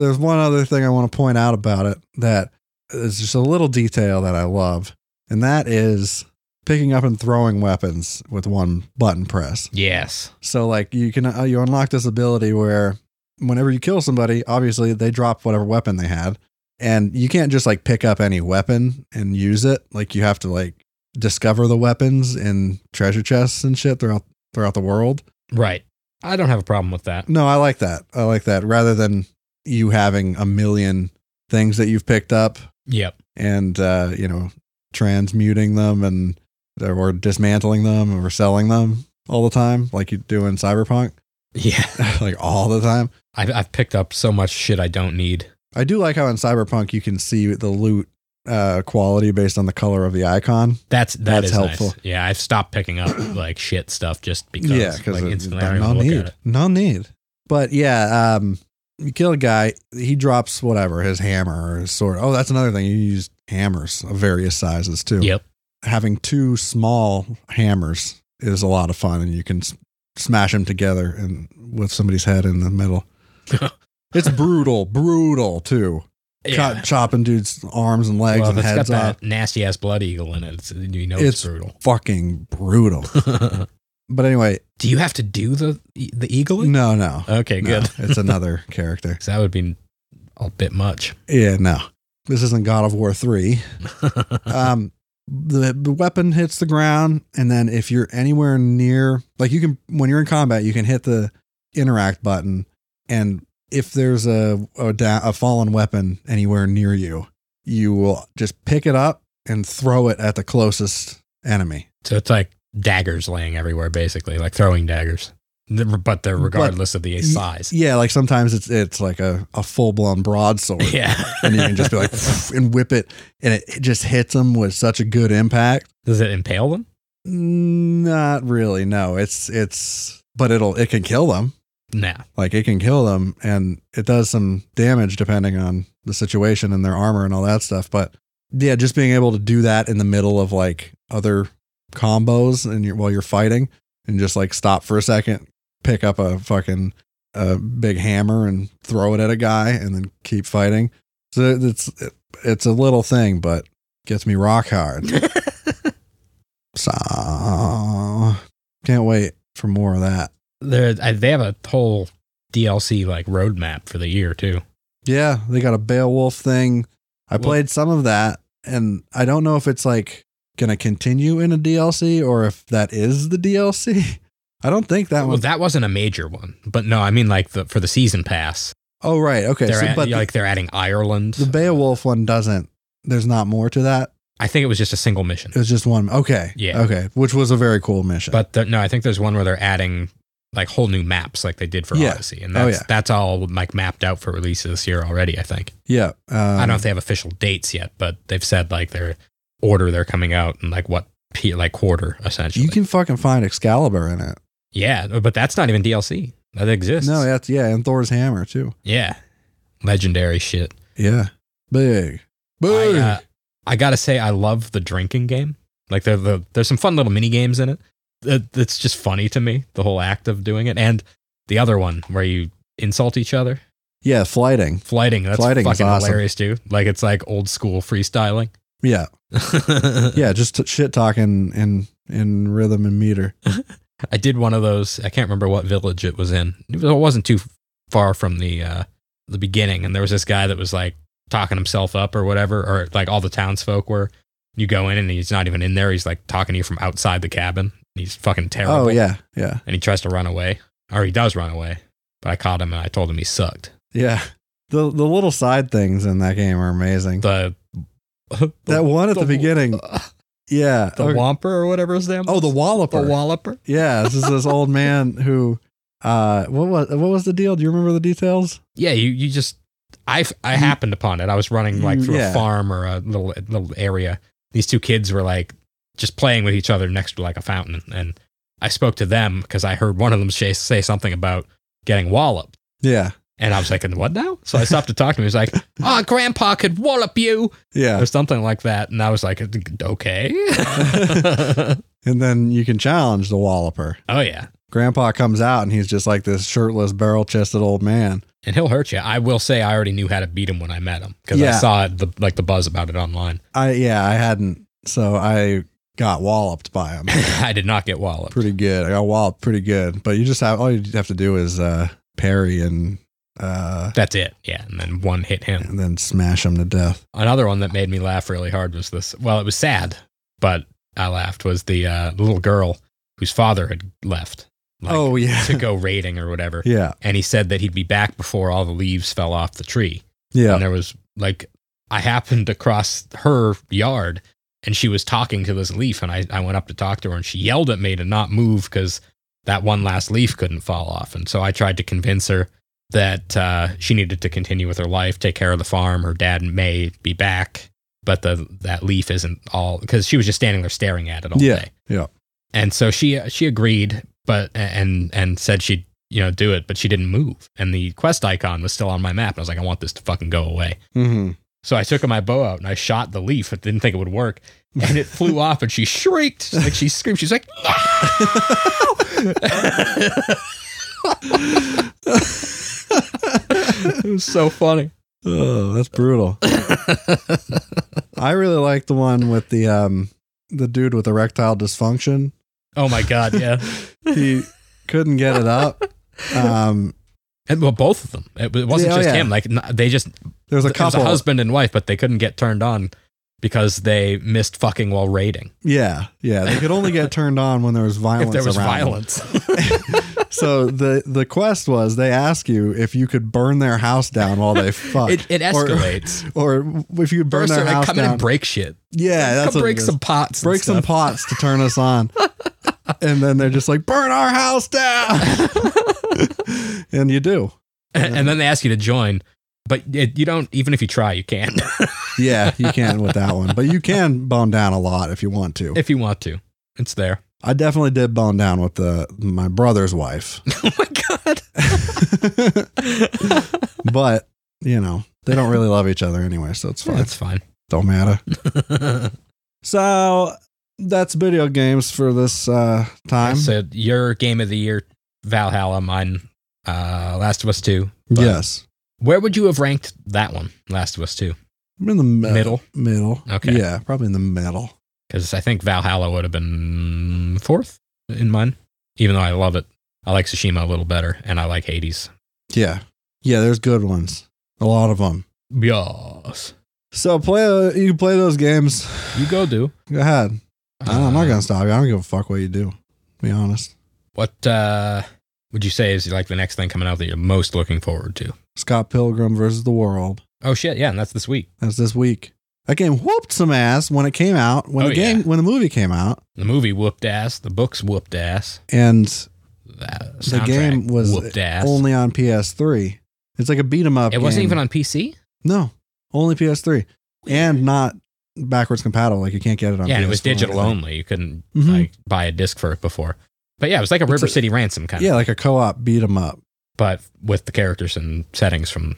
S2: There's one other thing I want to point out about it that is just a little detail that I love, and that is picking up and throwing weapons with one button press.
S1: yes.
S2: So like you can uh, you unlock this ability where whenever you kill somebody, obviously they drop whatever weapon they had, and you can't just like pick up any weapon and use it. Like you have to like discover the weapons in treasure chests and shit throughout throughout the world.
S1: Right. I don't have a problem with that.
S2: No, I like that. I like that rather than you having a million things that you've picked up
S1: Yep.
S2: and uh, you know transmuting them and uh, or dismantling them or selling them all the time like you do in Cyberpunk,
S1: Yeah.
S2: like all the time.
S1: I've, I've picked up so much shit I don't need.
S2: I do like how in Cyberpunk you can see the loot uh, quality based on the color of the icon.
S1: That's that's
S2: That's helpful.
S1: helpful. Yeah, I've stopped picking up like shit stuff just because.
S2: yeah,
S1: like,
S2: it-
S1: instantly
S2: there-
S1: I'm
S2: no
S1: able to look
S2: need,
S1: at it.
S2: no need. But yeah, um, you kill a guy, he drops whatever his hammer or his sword. Oh, that's another thing. You use hammers of various sizes too.
S1: Yep.
S2: Having two small hammers is a lot of fun, and you can s- smash them together and with somebody's head in the middle. it's brutal, brutal too.
S1: Yeah.
S2: Cut, chopping dudes' arms and legs
S1: well,
S2: and
S1: if it's got
S2: heads off.
S1: that nasty ass blood eagle in it. It's, you know it's,
S2: It's- Fucking brutal.
S1: brutal.
S2: But anyway,
S1: do you have to do the the eagle?
S2: no, no.
S1: Okay,
S2: no.
S1: good.
S2: it's another character.
S1: 'Cause that would be a bit much.
S2: Yeah, no. This isn't God of War 3. Um the, the weapon hits the ground and then if you're anywhere near like you can when you're in combat you can hit the interact button and if there's a a, da- a fallen weapon anywhere near you you will just pick it up and throw it at the closest enemy
S1: so it's like daggers laying everywhere, basically, like throwing daggers. The- But they're regardless of the size.
S2: yeah like sometimes it's it's like a, a full-blown broadsword
S1: Yeah.
S2: and you can just be like and whip it and it, it just hits them with such a good impact
S1: does it impale them?
S2: Not really. No, it's it's but it'll it can kill them.
S1: No.
S2: Like it can kill them, and it does some damage depending on the situation and their armor and all that stuff. But yeah, just being able to do that in the middle of like other combos and you're, while you're fighting, and just like stop for a second, pick up a fucking a big hammer and throw it at a guy, and then keep fighting. So it's it's a little thing, but gets me rock hard. So can't wait for more of that.
S1: There, I- they have a whole DLC like roadmap for the year too.
S2: Yeah, they got a Beowulf thing. I
S1: Well-
S2: played some of that, and I don't know if it's like gonna continue in a DLC or if that is the DLC. I don't think that
S1: Well,
S2: one.
S1: that wasn't a major one, but no, I mean like the for the season pass,
S2: Oh right, okay.
S1: they're
S2: So,
S1: add-
S2: but
S1: like they're adding Ireland.
S2: the, the Beowulf one doesn't. There's not more to that.
S1: I think it was just a single mission,
S2: It was just one. Okay.
S1: Yeah.
S2: Okay. Which was a very cool mission.
S1: but the, no, I think there's one where they're adding like whole new maps, like they did for
S2: Yeah.
S1: Odyssey, and
S2: Oh,
S1: that's
S2: yeah.
S1: that's all like mapped out for release this year already. I think
S2: yeah. Um,
S1: I don't know if they have official dates yet, but they've said like their order they're coming out and like what pe- like quarter essentially.
S2: you can fucking find Excalibur in it.
S1: yeah, but that's not even DLC. That exists.
S2: No, that's yeah, and Thor's hammer too.
S1: yeah, legendary shit.
S2: Yeah.
S1: I,
S2: Big. Big.
S1: uh, I gotta say, I love the drinking game. Like there, the, there's some fun little mini games in it. That- That's just funny to me. The whole act of doing it, and the other one where you insult each other,
S2: yeah, flighting.
S1: flighting. That's
S2: Flighting's
S1: fucking
S2: awesome.
S1: hilarious too. Like it's like old school freestyling.
S2: Yeah. yeah, just t- shit talking in in rhythm and meter.
S1: I did one of those. I can't remember what village it was in. It, was, it wasn't too far from the uh, the beginning, and there was this guy that was like talking himself up or whatever, or like all the townsfolk were. You go in and he's not even in there. He's like talking to you from outside the cabin. He's fucking terrible.
S2: Oh yeah, yeah,
S1: and he tries to run away, or he does run away. But I caught him and I told him he sucked.
S2: yeah. The the little side things in that game are amazing.
S1: The, the
S2: that one at
S1: the-
S2: the,
S1: uh,
S2: beginning, yeah.
S1: the
S2: Okay.
S1: Womper or whatever his name.
S2: oh, the
S1: the
S2: walloper.
S1: Walloper.
S2: yeah, this is this old man who. Uh, what was what was the deal? Do you remember the details?
S1: Yeah, you you just I I
S2: You-
S1: happened upon it. I was running like
S2: you-
S1: through
S2: yeah.
S1: a farm or a little little area. These two kids were like just playing with each other next to like a fountain, and I spoke to them because I heard one of them say, say something about getting walloped.
S2: Yeah.
S1: And I was like, "And what now? So I stopped to talk to him. He was like, oh, grandpa could wallop you
S2: Yeah.
S1: or something like that. And I was like, okay.
S2: And then you can challenge the walloper.
S1: oh, yeah.
S2: Grandpa comes out and he's just like this shirtless, barrel chested old man.
S1: And he'll hurt you. I will say I already knew how to beat him when I met him because I
S2: Yeah.
S1: saw it, the, like the buzz about it online.
S2: I, yeah, I hadn't. So I got walloped by him
S1: I did not get walloped.
S2: pretty good. I got walloped pretty good. But you just have, all you have to do is uh, parry and, uh,
S1: That's it. Yeah. And then one hit him.
S2: and then smash him to death.
S1: Another one that made me laugh really hard was this. Well, it was sad, but I laughed. Was the uh, little girl whose father had left, like,
S2: oh, yeah.
S1: to go raiding or whatever,
S2: yeah.
S1: and he said that he'd be back before all the leaves fell off the tree.
S2: Yeah.
S1: And there was like, I happened across her yard, and she was talking to this leaf, and I I went up to talk to her, and she yelled at me to not move because that one last leaf couldn't fall off, and so I tried to convince her that uh, she needed to continue with her life, take care of the farm. Her dad may be back, but the that leaf isn't all because she was just standing there staring at it all
S2: Yeah,
S1: day.
S2: yeah.
S1: And so she uh, she agreed, but and and said she'd you know do it, but she didn't move. And the quest icon was still on my map. And I was like, I want this to fucking go away.
S2: Mm-hmm.
S1: So I took my bow out and I shot the leaf. I didn't think it would work, and it flew off. And she shrieked like she screamed. She's like, "No!" it was so funny.
S2: Mm-hmm. Oh, that's brutal. I really like the one with the um the dude with erectile dysfunction.
S1: Oh my god, yeah.
S2: He couldn't get it up. Um
S1: And, well, both of them. It, it wasn't
S2: Yeah, oh,
S1: just
S2: yeah.
S1: him. Like n- they just
S2: there was a
S1: it was
S2: couple
S1: a husband and wife, but they couldn't get turned on because they missed fucking while raiding.
S2: Yeah, yeah. They could only get turned on when there was violence
S1: if there was
S2: around them.
S1: violence,
S2: So the the quest was they ask you if you could burn their house down while they fuck.
S1: it, it
S2: Or-
S1: escalates.
S2: Or, if you could burn
S1: First,
S2: their
S1: they're like,
S2: house
S1: come in
S2: down.
S1: and break shit.
S2: yeah, that's
S1: come
S2: what
S1: break
S2: it is.
S1: some pots.
S2: break some pots to turn us on. and then they're just like, burn our house down. and you do.
S1: and, and then they ask you to join, but it, you don't. Even if you try, you can't
S2: Yeah, you can with that one. But you can bone down a lot if you want to.
S1: if you want to. It's there.
S2: I definitely did bone down with the my brother's wife.
S1: Oh my
S2: but,
S1: god,
S2: you know, they don't really love each other anyway, so it's fine.
S1: that's fine.
S2: Don't matter. So that's video games for this uh time.
S1: so your game of the year, Valhalla. Mine, uh, Last of Us Two. but-
S2: yes.
S1: Where would you have ranked that one, Last of Us Two?
S2: I'm in the mi-
S1: Middle,
S2: Middle.
S1: Okay.
S2: Yeah, probably in the middle.
S1: because I think Valhalla would have been fourth in mine. Even though I love it, I like Tsushima a little better, and I like Hades.
S2: Yeah. Yeah, there's good ones. A lot of them.
S1: Yes,
S2: So play uh, you can play those games.
S1: you go do.
S2: Go ahead. I don't- I'm not gonna stop you. I don't give a fuck what you do. to Be honest.
S1: What uh, would you say is like the next thing coming out that you're most looking forward to?
S2: Scott Pilgrim versus the World.
S1: Oh shit, yeah, and that's this week.
S2: That's this week. That game whooped some ass when it came out. When
S1: Oh,
S2: the game
S1: yeah.
S2: when the movie came out,
S1: The movie whooped ass. The books whooped ass.
S2: and
S1: The,
S2: the game
S1: soundtrack
S2: was
S1: whooped ass.
S2: only on PS3. It's like a beat 'em up.
S1: it wasn't
S2: game.
S1: even on PC.
S2: No, only PS3, and not backwards compatible. Like you can't get it on.
S1: yeah,
S2: PS4
S1: and it was digital
S2: or anything.
S1: only. You couldn't
S2: Mhm.
S1: like buy a disc for it before. But yeah, it was like a
S2: It's
S1: River
S2: a-
S1: City Ransom kind
S2: Yeah,
S1: of,
S2: like a co-op beat 'em up,
S1: but with the characters and settings from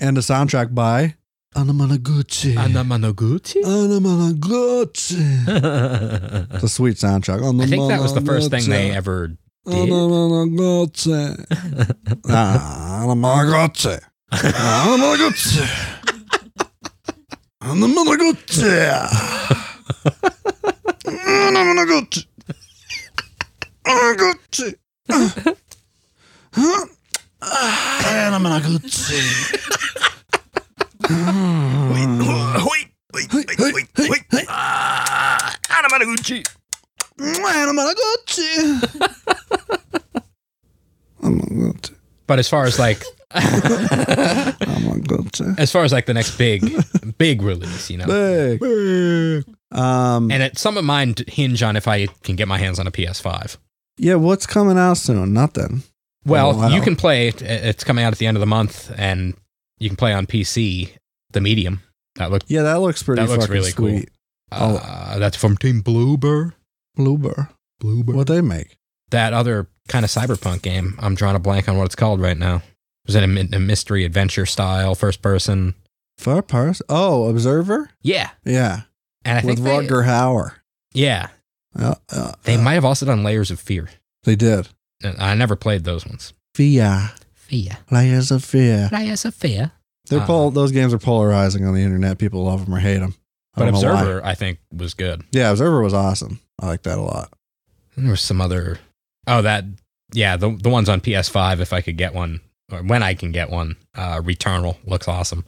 S2: and a soundtrack by Anamanaguchi.
S1: Anamanoguchi?
S2: Anamanaguchi. It's
S1: I
S2: a sweet soundtrack.
S1: think that was the first thing they
S2: Anamanaguchi.
S1: ever. did.
S2: Anamanaguchi. Ah, Anamanaguchi. Anamanaguchi. Anamanaguchi. Anamanaguchi. Anamanaguchi. Huh? Ah, Anamanaguchi.
S1: wait, wait,
S2: Hey, hey, hey, hey.
S1: Ah, Anamanoguchi.
S2: Anamanaguchi. Anamanaguchi.
S1: But as far as like,
S2: Anamanaguchi.
S1: as far as like the next big, big release, you know,
S2: Big. Um,
S1: and it, some of mine d- hinge on if I can get my hands on a PS5.
S2: yeah, what's coming out soon? Nothing.
S1: Well,
S2: Oh, wow.
S1: you can play. it- It's coming out at the end of the month, and you can play on PC. The Medium that looked.
S2: Yeah, that looks pretty.
S1: That looks
S2: fucking
S1: really cool.
S2: sweet.
S1: Oh. Uh, That's from Team Bloober.
S2: Bloober.
S1: Bloober.
S2: What they make?
S1: that other kind of cyberpunk game. I'm drawing a blank on what it's called right now. Was it a, mi- a mystery adventure style first person?
S2: Far Paris. Oh, Observer.
S1: Yeah,
S2: Yeah,
S1: and I
S2: with
S1: think they-
S2: Rutger Hauer.
S1: yeah,
S2: Uh, uh,
S1: they
S2: uh,
S1: might have also done Layers of Fear.
S2: They did.
S1: And I never played those ones.
S2: Fear.
S1: Fear,
S2: Layers of fear.
S1: Layers of Fear.
S2: They're
S1: Uh,
S2: pol- those games are polarizing on the internet. People love them or hate them.
S1: But Observer, I think, was good.
S2: Yeah, Observer was awesome. I like that a lot.
S1: And there was some other. Oh, that yeah, the the ones on PS5. If I could get one, or when I can get one, uh, Returnal looks awesome.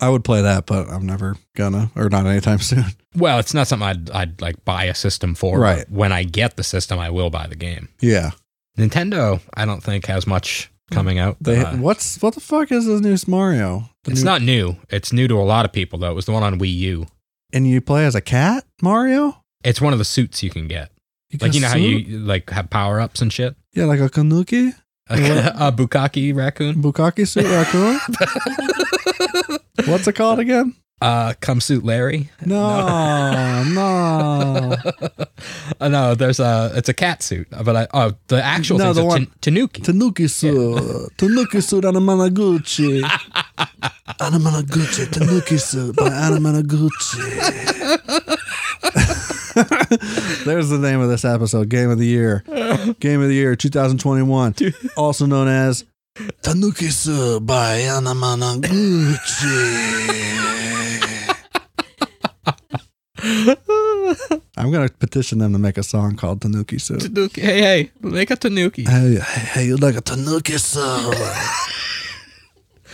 S2: I would play that, but I'm never gonna, or not anytime soon.
S1: Well, it's not something I'd I'd like buy a system for. but
S2: Right.
S1: When I get the system, I will buy the game.
S2: Yeah,
S1: Nintendo, I don't think has much coming out.
S2: they.
S1: Uh,
S2: what's what the fuck is this new Mario? The
S1: it's
S2: new-
S1: not new. It's new to a lot of people though. It was the one on Wii U.
S2: And you play as a cat, Mario?
S1: It's one of the suits you can get. Like
S2: got
S1: you know how
S2: suit?
S1: you like have power ups and shit.
S2: Yeah, like a Kanuki,
S1: A, a bukkake raccoon.
S2: Bukaki suit raccoon. What's it called again?
S1: uh, come suit Larry.
S2: No, no.
S1: Uh, no, there's a it's a cat suit, but I oh the actual
S2: No,
S1: thing's
S2: the
S1: a
S2: one-
S1: tan- tanuki.
S2: Tanuki suit. Tanuki suit Anamanaguchi. Anamanaguchi. Tanuki suit by Anamanaguchi. There's the name of this episode Game of the Year. Game of the Year 2021. Also known as Tanuki suit by Anamanaguchi. I'm going to petition them to make a song called Tanuki suit.
S1: tanuki. Hey, hey, make a tanuki.
S2: Hey, hey, hey, you like a Tanuki suit?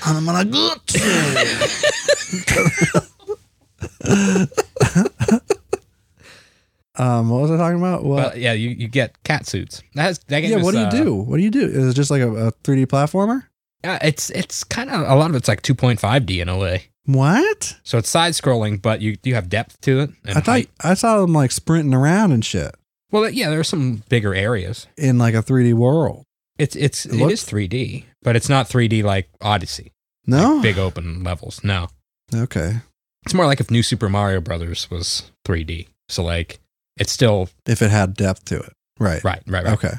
S2: Anamanaguchi. Um, what was I talking about? What?
S1: But yeah, you, you get cat suits. That has, that game
S2: yeah,
S1: is,
S2: what do
S1: uh,
S2: you do? What do you do? Is it just like a, a 3D platformer?
S1: Uh, it's it's kind of a lot of it's like 2.5D in a way.
S2: What?
S1: So it's side scrolling, but you you have depth to it. And
S2: I thought
S1: height.
S2: I saw them like sprinting around and shit
S1: Well, yeah, there are some bigger areas.
S2: in like a 3D world.
S1: It's it's it,
S2: It looks-
S1: is 3D, but it's not 3D like Odyssey.
S2: No.
S1: Like big open levels. No,
S2: okay.
S1: it's more like if New Super Mario Brothers was 3D. So like it's still
S2: If it had depth to it, right?
S1: right, right, right.
S2: Okay.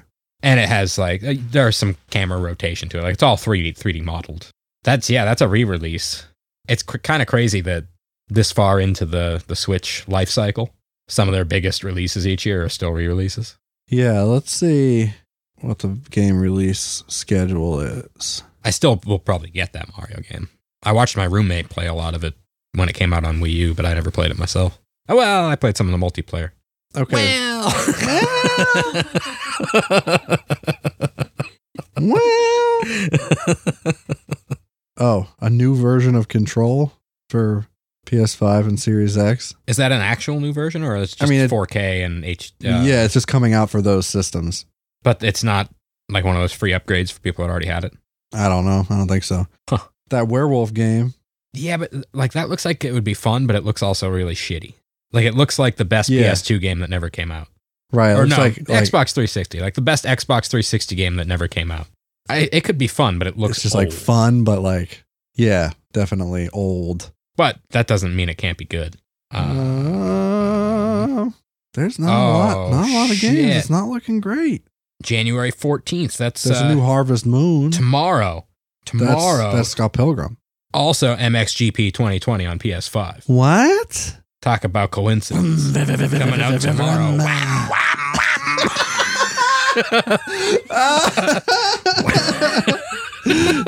S1: and it has like uh, there are some camera rotation to it. Like it's all three D three D modeled. That's yeah, that's a re release. It's cr- kind of crazy that this far into the the Switch life cycle, some of their biggest releases each year are still re releases.
S2: Yeah. Let's see what the game release schedule is.
S1: I still will probably get that Mario game. I watched my roommate play a lot of it when it came out on Wii U, but I never played it myself. Oh, well, I played some of the multiplayer.
S2: Okay. well. Oh, a new version of Control for PS5 and Series X.
S1: Is that an actual new version, or is it
S2: I
S1: just
S2: mean, it-
S1: 4K and H? uh,
S2: yeah, it's just coming out for those systems.
S1: But it's not like one of those free upgrades for people that already had it.
S2: I don't know. I don't think so.
S1: Huh.
S2: That werewolf game.
S1: Yeah, but like that looks like it would be fun, but it looks also really shitty. Like it looks like the best
S2: Yeah.
S1: PS2 game that never came out,
S2: Right. it
S1: or
S2: looks
S1: no,
S2: like, like-
S1: Xbox 360, like the best Xbox 360 game that never came out. I, it could be fun, but it looks
S2: it's just like
S1: old.
S2: fun, but like, yeah, definitely old.
S1: But that doesn't mean it can't be good. Uh,
S2: Uh, there's not a
S1: Oh,
S2: lot, not a lot of games.
S1: shit.
S2: It's not looking great.
S1: January 14th. That's
S2: There's
S1: uh,
S2: a new Harvest Moon.
S1: tomorrow. Tomorrow.
S2: That's, that's Scott Pilgrim.
S1: also MXGP 2020 on PS5.
S2: What?
S1: Talk about coincidence. Coming out tomorrow. Wham,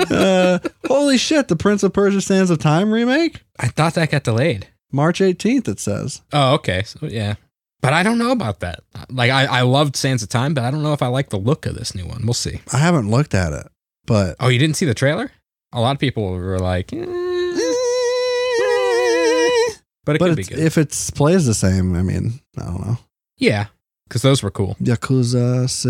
S2: uh, holy shit, the Prince of Persia Sands of Time remake?
S1: I thought that got delayed.
S2: March 18th, it says.
S1: Oh, okay. So, yeah. But I don't know about that. Like, I, I loved Sands of Time, but I don't know if I like the look of this new one. We'll see.
S2: I haven't looked at it, but
S1: Oh, you didn't see the trailer? A lot of people were like, eh, but it
S2: but
S1: could be
S2: it's,
S1: good.
S2: if it plays the same, I mean, I don't know.
S1: yeah, because those were cool.
S2: Yakuza 6.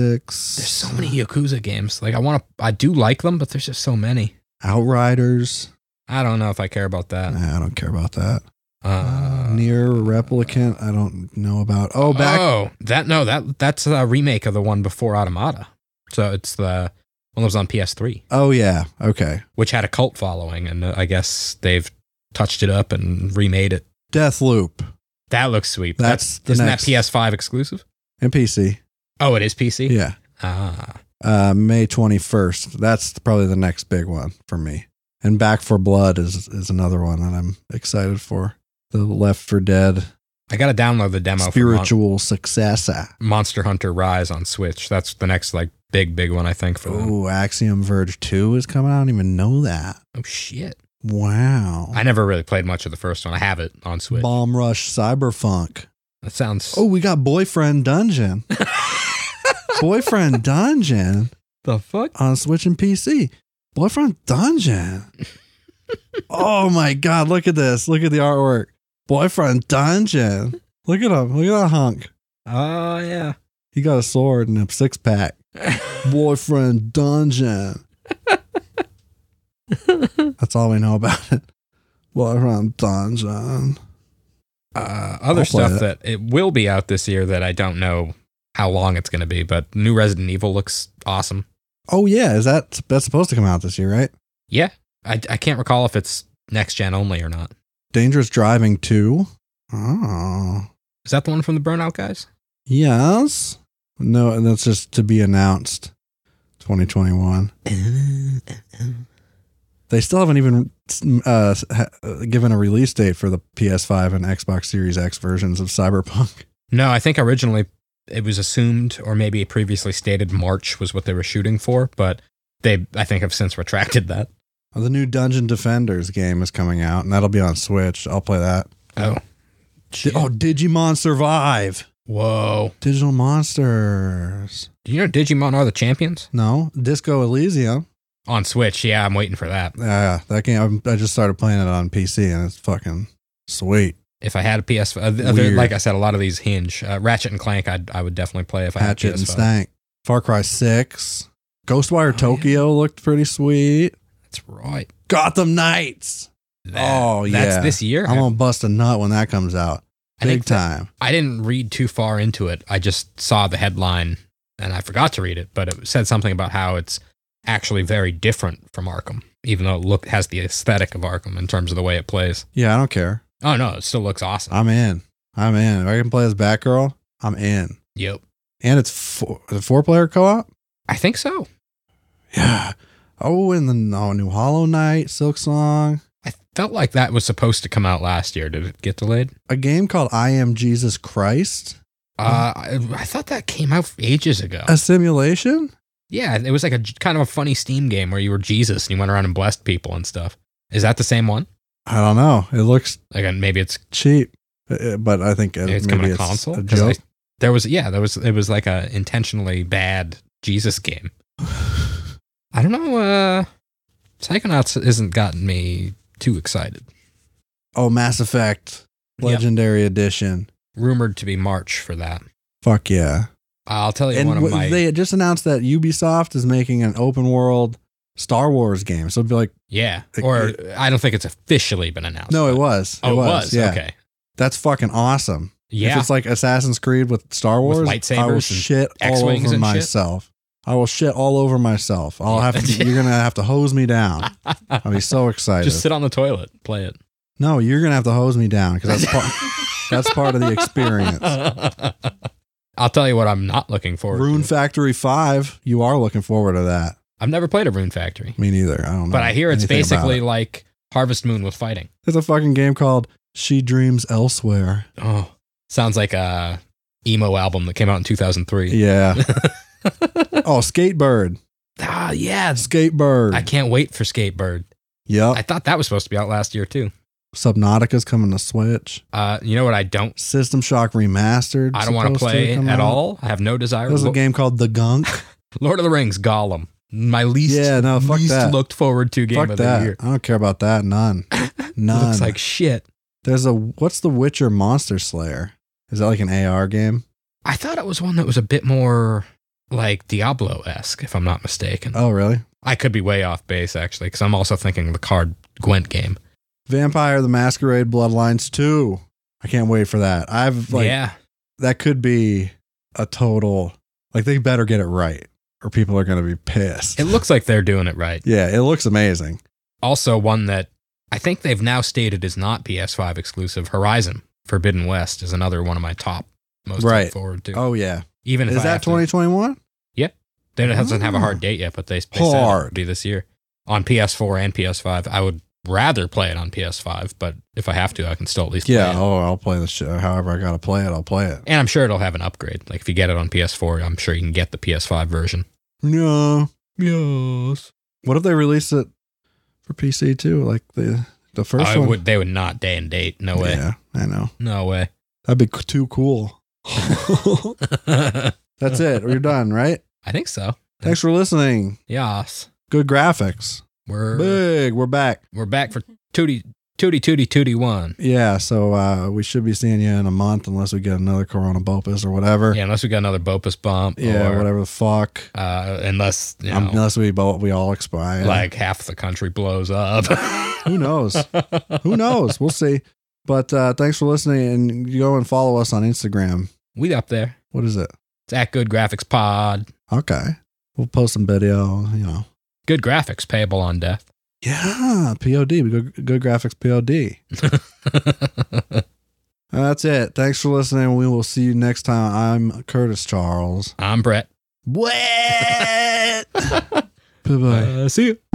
S1: There's so many Yakuza games. Like, I want to, I do like them, but there's just so many.
S2: Outriders.
S1: I don't know if I care about that.
S2: Nah, I don't care about that.
S1: Uh,
S2: Near Replicant, I don't know about. Oh, back.
S1: Oh, that no, that that's a remake of the one before Automata. So it's the one that was on PS3.
S2: oh yeah. Okay.
S1: which had a cult following, and uh, I guess they've touched it up and remade it.
S2: Death Loop
S1: That looks sweet.
S2: That's the
S1: isn't
S2: next.
S1: that PS5 exclusive?
S2: and PC.
S1: Oh, it is PC.
S2: Yeah.
S1: Ah,
S2: uh, May 21st. That's probably the next big one for me. And Back for Blood is is another one that I'm excited for. The Left for Dead
S1: I got to download the demo. for Mon-
S2: spiritual successor.
S1: Monster Hunter Rise on Switch. That's the next like big big one I think for them.
S2: Oh, Axiom Verge 2 is coming. I don't even know that.
S1: Oh shit!
S2: Wow.
S1: I never really played much of the first one. I have it on Switch.
S2: Bomb Rush Cyberfunk.
S1: That sounds
S2: Oh, we got Boyfriend Dungeon. Boyfriend Dungeon
S1: the fuck.
S2: on Switch and PC. Boyfriend Dungeon. oh my God. Look at this. Look at the artwork. Boyfriend Dungeon. Look at him. Look at that hunk.
S1: Oh yeah.
S2: He got a sword and a six pack. Boyfriend Dungeon. That's all we know about it. Boyfriend Dungeon.
S1: uh, other
S2: I'll play
S1: stuff
S2: it.
S1: that it will be out this year that I don't know how long it's going to be, but new Resident Evil looks awesome.
S2: Oh yeah, is that that's supposed to come out this year, right?
S1: Yeah, I, I can't recall if it's next gen only or not.
S2: Dangerous Driving 2. Oh.
S1: Is that the one from the Burnout guys?
S2: Yes. No, and that's just to be announced 2021. They still haven't even uh, ha- given a release date for the PS5 and Xbox Series X versions of Cyberpunk.
S1: no, I think originally it was assumed, or maybe previously stated, March was what they were shooting for, but they I think have since retracted that.
S2: Oh, the new Dungeon Defenders game is coming out, and that'll be on Switch. I'll play that.
S1: Oh,
S2: Di- oh, Digimon Survive.
S1: whoa!
S2: Digital Monsters.
S1: Do you know Digimon are the champions
S2: No, Disco Elysium.
S1: on Switch? Yeah, I'm waiting for that.
S2: Yeah, that game. I I just started playing it on PC, and it's fucking sweet.
S1: If I had a PS, uh, th- other,
S2: Weird.
S1: like I said, a lot of these hinge. Uh, Ratchet and Clank, I'd, I would definitely play if I had
S2: Hatchet
S1: a
S2: and
S1: PS5.
S2: Stank. Far Cry 6. Ghostwire
S1: Oh, yeah.
S2: Tokyo looked pretty sweet.
S1: That's right.
S2: Gotham Knights. Oh, yeah.
S1: That's this year.
S2: I'm going to bust a nut when that comes out.
S1: I
S2: Big
S1: think that-
S2: time.
S1: I didn't read too far into it. I just saw the headline and I forgot to read it, but it said something about how it's actually very different from Arkham, even though it look has the aesthetic of Arkham in terms of the way it plays.
S2: Yeah, I don't care.
S1: Oh no, it still looks awesome.
S2: I'm in. I'm in. If I can play as Batgirl, I'm in.
S1: yep.
S2: And it's four, the four player co op.
S1: I think so.
S2: Yeah. Oh, and the oh, new Hollow Knight, Silk Song.
S1: I felt like that was supposed to come out last year. Did it get delayed?
S2: A game called I Am Jesus Christ. Uh-huh.
S1: Uh, I, I thought that came out ages ago.
S2: A simulation?
S1: yeah, it was like a j- kind of a funny Steam game where you were Jesus and you went around and blessed people and stuff. Is that the same one?
S2: I don't know. It looks
S1: Like uh, maybe it's
S2: cheap, Uh, but I think uh,
S1: Maybe it's
S2: maybe
S1: coming to
S2: it's
S1: console.
S2: A
S1: 'Cause I-
S2: joke.
S1: there was yeah, there was it was like a intentionally bad Jesus game. I don't know. uh Psychonauts isn't gotten me too excited.
S2: Oh, Mass Effect Legendary Edition.
S1: Rumored to be March for that.
S2: Fuck yeah!
S1: I'll tell you
S2: and
S1: one of
S2: w-
S1: my
S2: they had just announced that Ubisoft is making an open world Star Wars game. So it'd be like,
S1: yeah. Or I don't think it's officially been announced.
S2: no, it
S1: but-
S2: was.
S1: Oh, it was.
S2: Yeah,
S1: Okay.
S2: that's fucking awesome. If
S1: Yeah.
S2: it's like Assassin's Creed with Star
S1: With
S2: Wars,
S1: lightsabers
S2: I will
S1: and
S2: shit all
S1: X-wings
S2: over
S1: and shit?
S2: myself. I will shit all over myself. I'll
S1: Yeah.
S2: have to. You're gonna have to hose me down. I'll be so excited.
S1: Just sit on the toilet, play it.
S2: no, you're gonna have to hose me down because that's part. that's part of the experience.
S1: I'll tell you what I'm not looking forward
S2: Rune
S1: to.
S2: Factory Five. You are looking forward to that.
S1: I've never played a Rune Factory.
S2: Me neither. I don't know.
S1: But I hear it's
S2: Mm, anything about
S1: basically
S2: it.
S1: like Harvest Moon with fighting.
S2: there's a fucking game called She Dreams Elsewhere.
S1: Oh, sounds like a emo album that came out in 2003.
S2: Yeah. oh, Skatebird.
S1: Ah, yeah.
S2: Skatebird.
S1: I can't wait for Skatebird.
S2: yep.
S1: I thought that was supposed to be out last year too.
S2: Subnautica's coming to Switch.
S1: Uh, you know what? I don't.
S2: System Shock Remastered.
S1: I don't want to
S2: supposed
S1: play
S2: come
S1: at
S2: out.
S1: all. I have no desire.
S2: There's a
S1: Lo-
S2: game called The Gunk.
S1: Lord of the Rings, Gollum. My least,
S2: yeah. No. Fuck
S1: least
S2: that.
S1: looked forward to game
S2: fuck
S1: of the
S2: that.
S1: year.
S2: I don't care about that. None. None.
S1: Looks like shit.
S2: There's a what's the Witcher Monster Slayer? Is that like an AR game?
S1: I thought it was one that was a bit more like Diablo esque, if I'm not mistaken.
S2: Oh, really?
S1: I could be way off base actually, because I'm also thinking the card Gwent game.
S2: Vampire the Masquerade Bloodlines 2. I can't wait for that. I've like
S1: yeah,
S2: that could be a total like they better get it right or people are going to be pissed.
S1: it looks like they're doing it right.
S2: yeah, it looks amazing.
S1: also one that I think they've now stated is not PS5 exclusive. Horizon Forbidden West is another one of my top most
S2: Right.
S1: look forward to.
S2: Oh yeah.
S1: Even if
S2: Is
S1: I have
S2: that
S1: to-
S2: 2021?
S1: Yeah. They doesn't have a hard date yet, but they, they said it'll
S2: Hard.
S1: be this year on PS4 and PS5. I would rather play it on PS5, but if I have to, I can still at least
S2: Yeah.
S1: play it.
S2: Oh, I'll play the show. However, I gotta play it. I'll play it.
S1: And I'm sure it'll have an upgrade. Like if you get it on PS4, I'm sure you can get the PS5 version.
S2: No. Yes. What if they release it for PC too? Like the the first
S1: I
S2: one.
S1: would. They would not day and date. No way.
S2: Yeah, I know.
S1: No way.
S2: That'd be c- too cool.
S1: I
S2: That's it. We're done, right?
S1: think so.
S2: Thanks for listening.
S1: Yes.
S2: Good graphics.
S1: We're
S2: Big. We're back.
S1: we're back for tootie tootie tootie tootie one.
S2: Yeah. So uh, we should be seeing you in a month unless we get another Corona Bulpus or whatever.
S1: Yeah, unless we got another Bopus bump.
S2: Yeah,
S1: or,
S2: whatever the fuck.
S1: Uh, unless you
S2: Um,
S1: know,
S2: unless we both we all expire.
S1: like half the country blows up.
S2: who knows? who knows? We'll see. But uh, thanks for listening, and you go and follow us on Instagram.
S1: we up there.
S2: What is it?
S1: It's at Good Graphics Pod.
S2: Okay, we'll post some video. You know,
S1: Good graphics payable on death.
S2: yeah, POD. We go good graphics POD. And that's it. Thanks for listening. We will see you next time. I'm Curtis Charles.
S1: I'm Brett.
S2: What? bye bye.
S1: Uh, see you.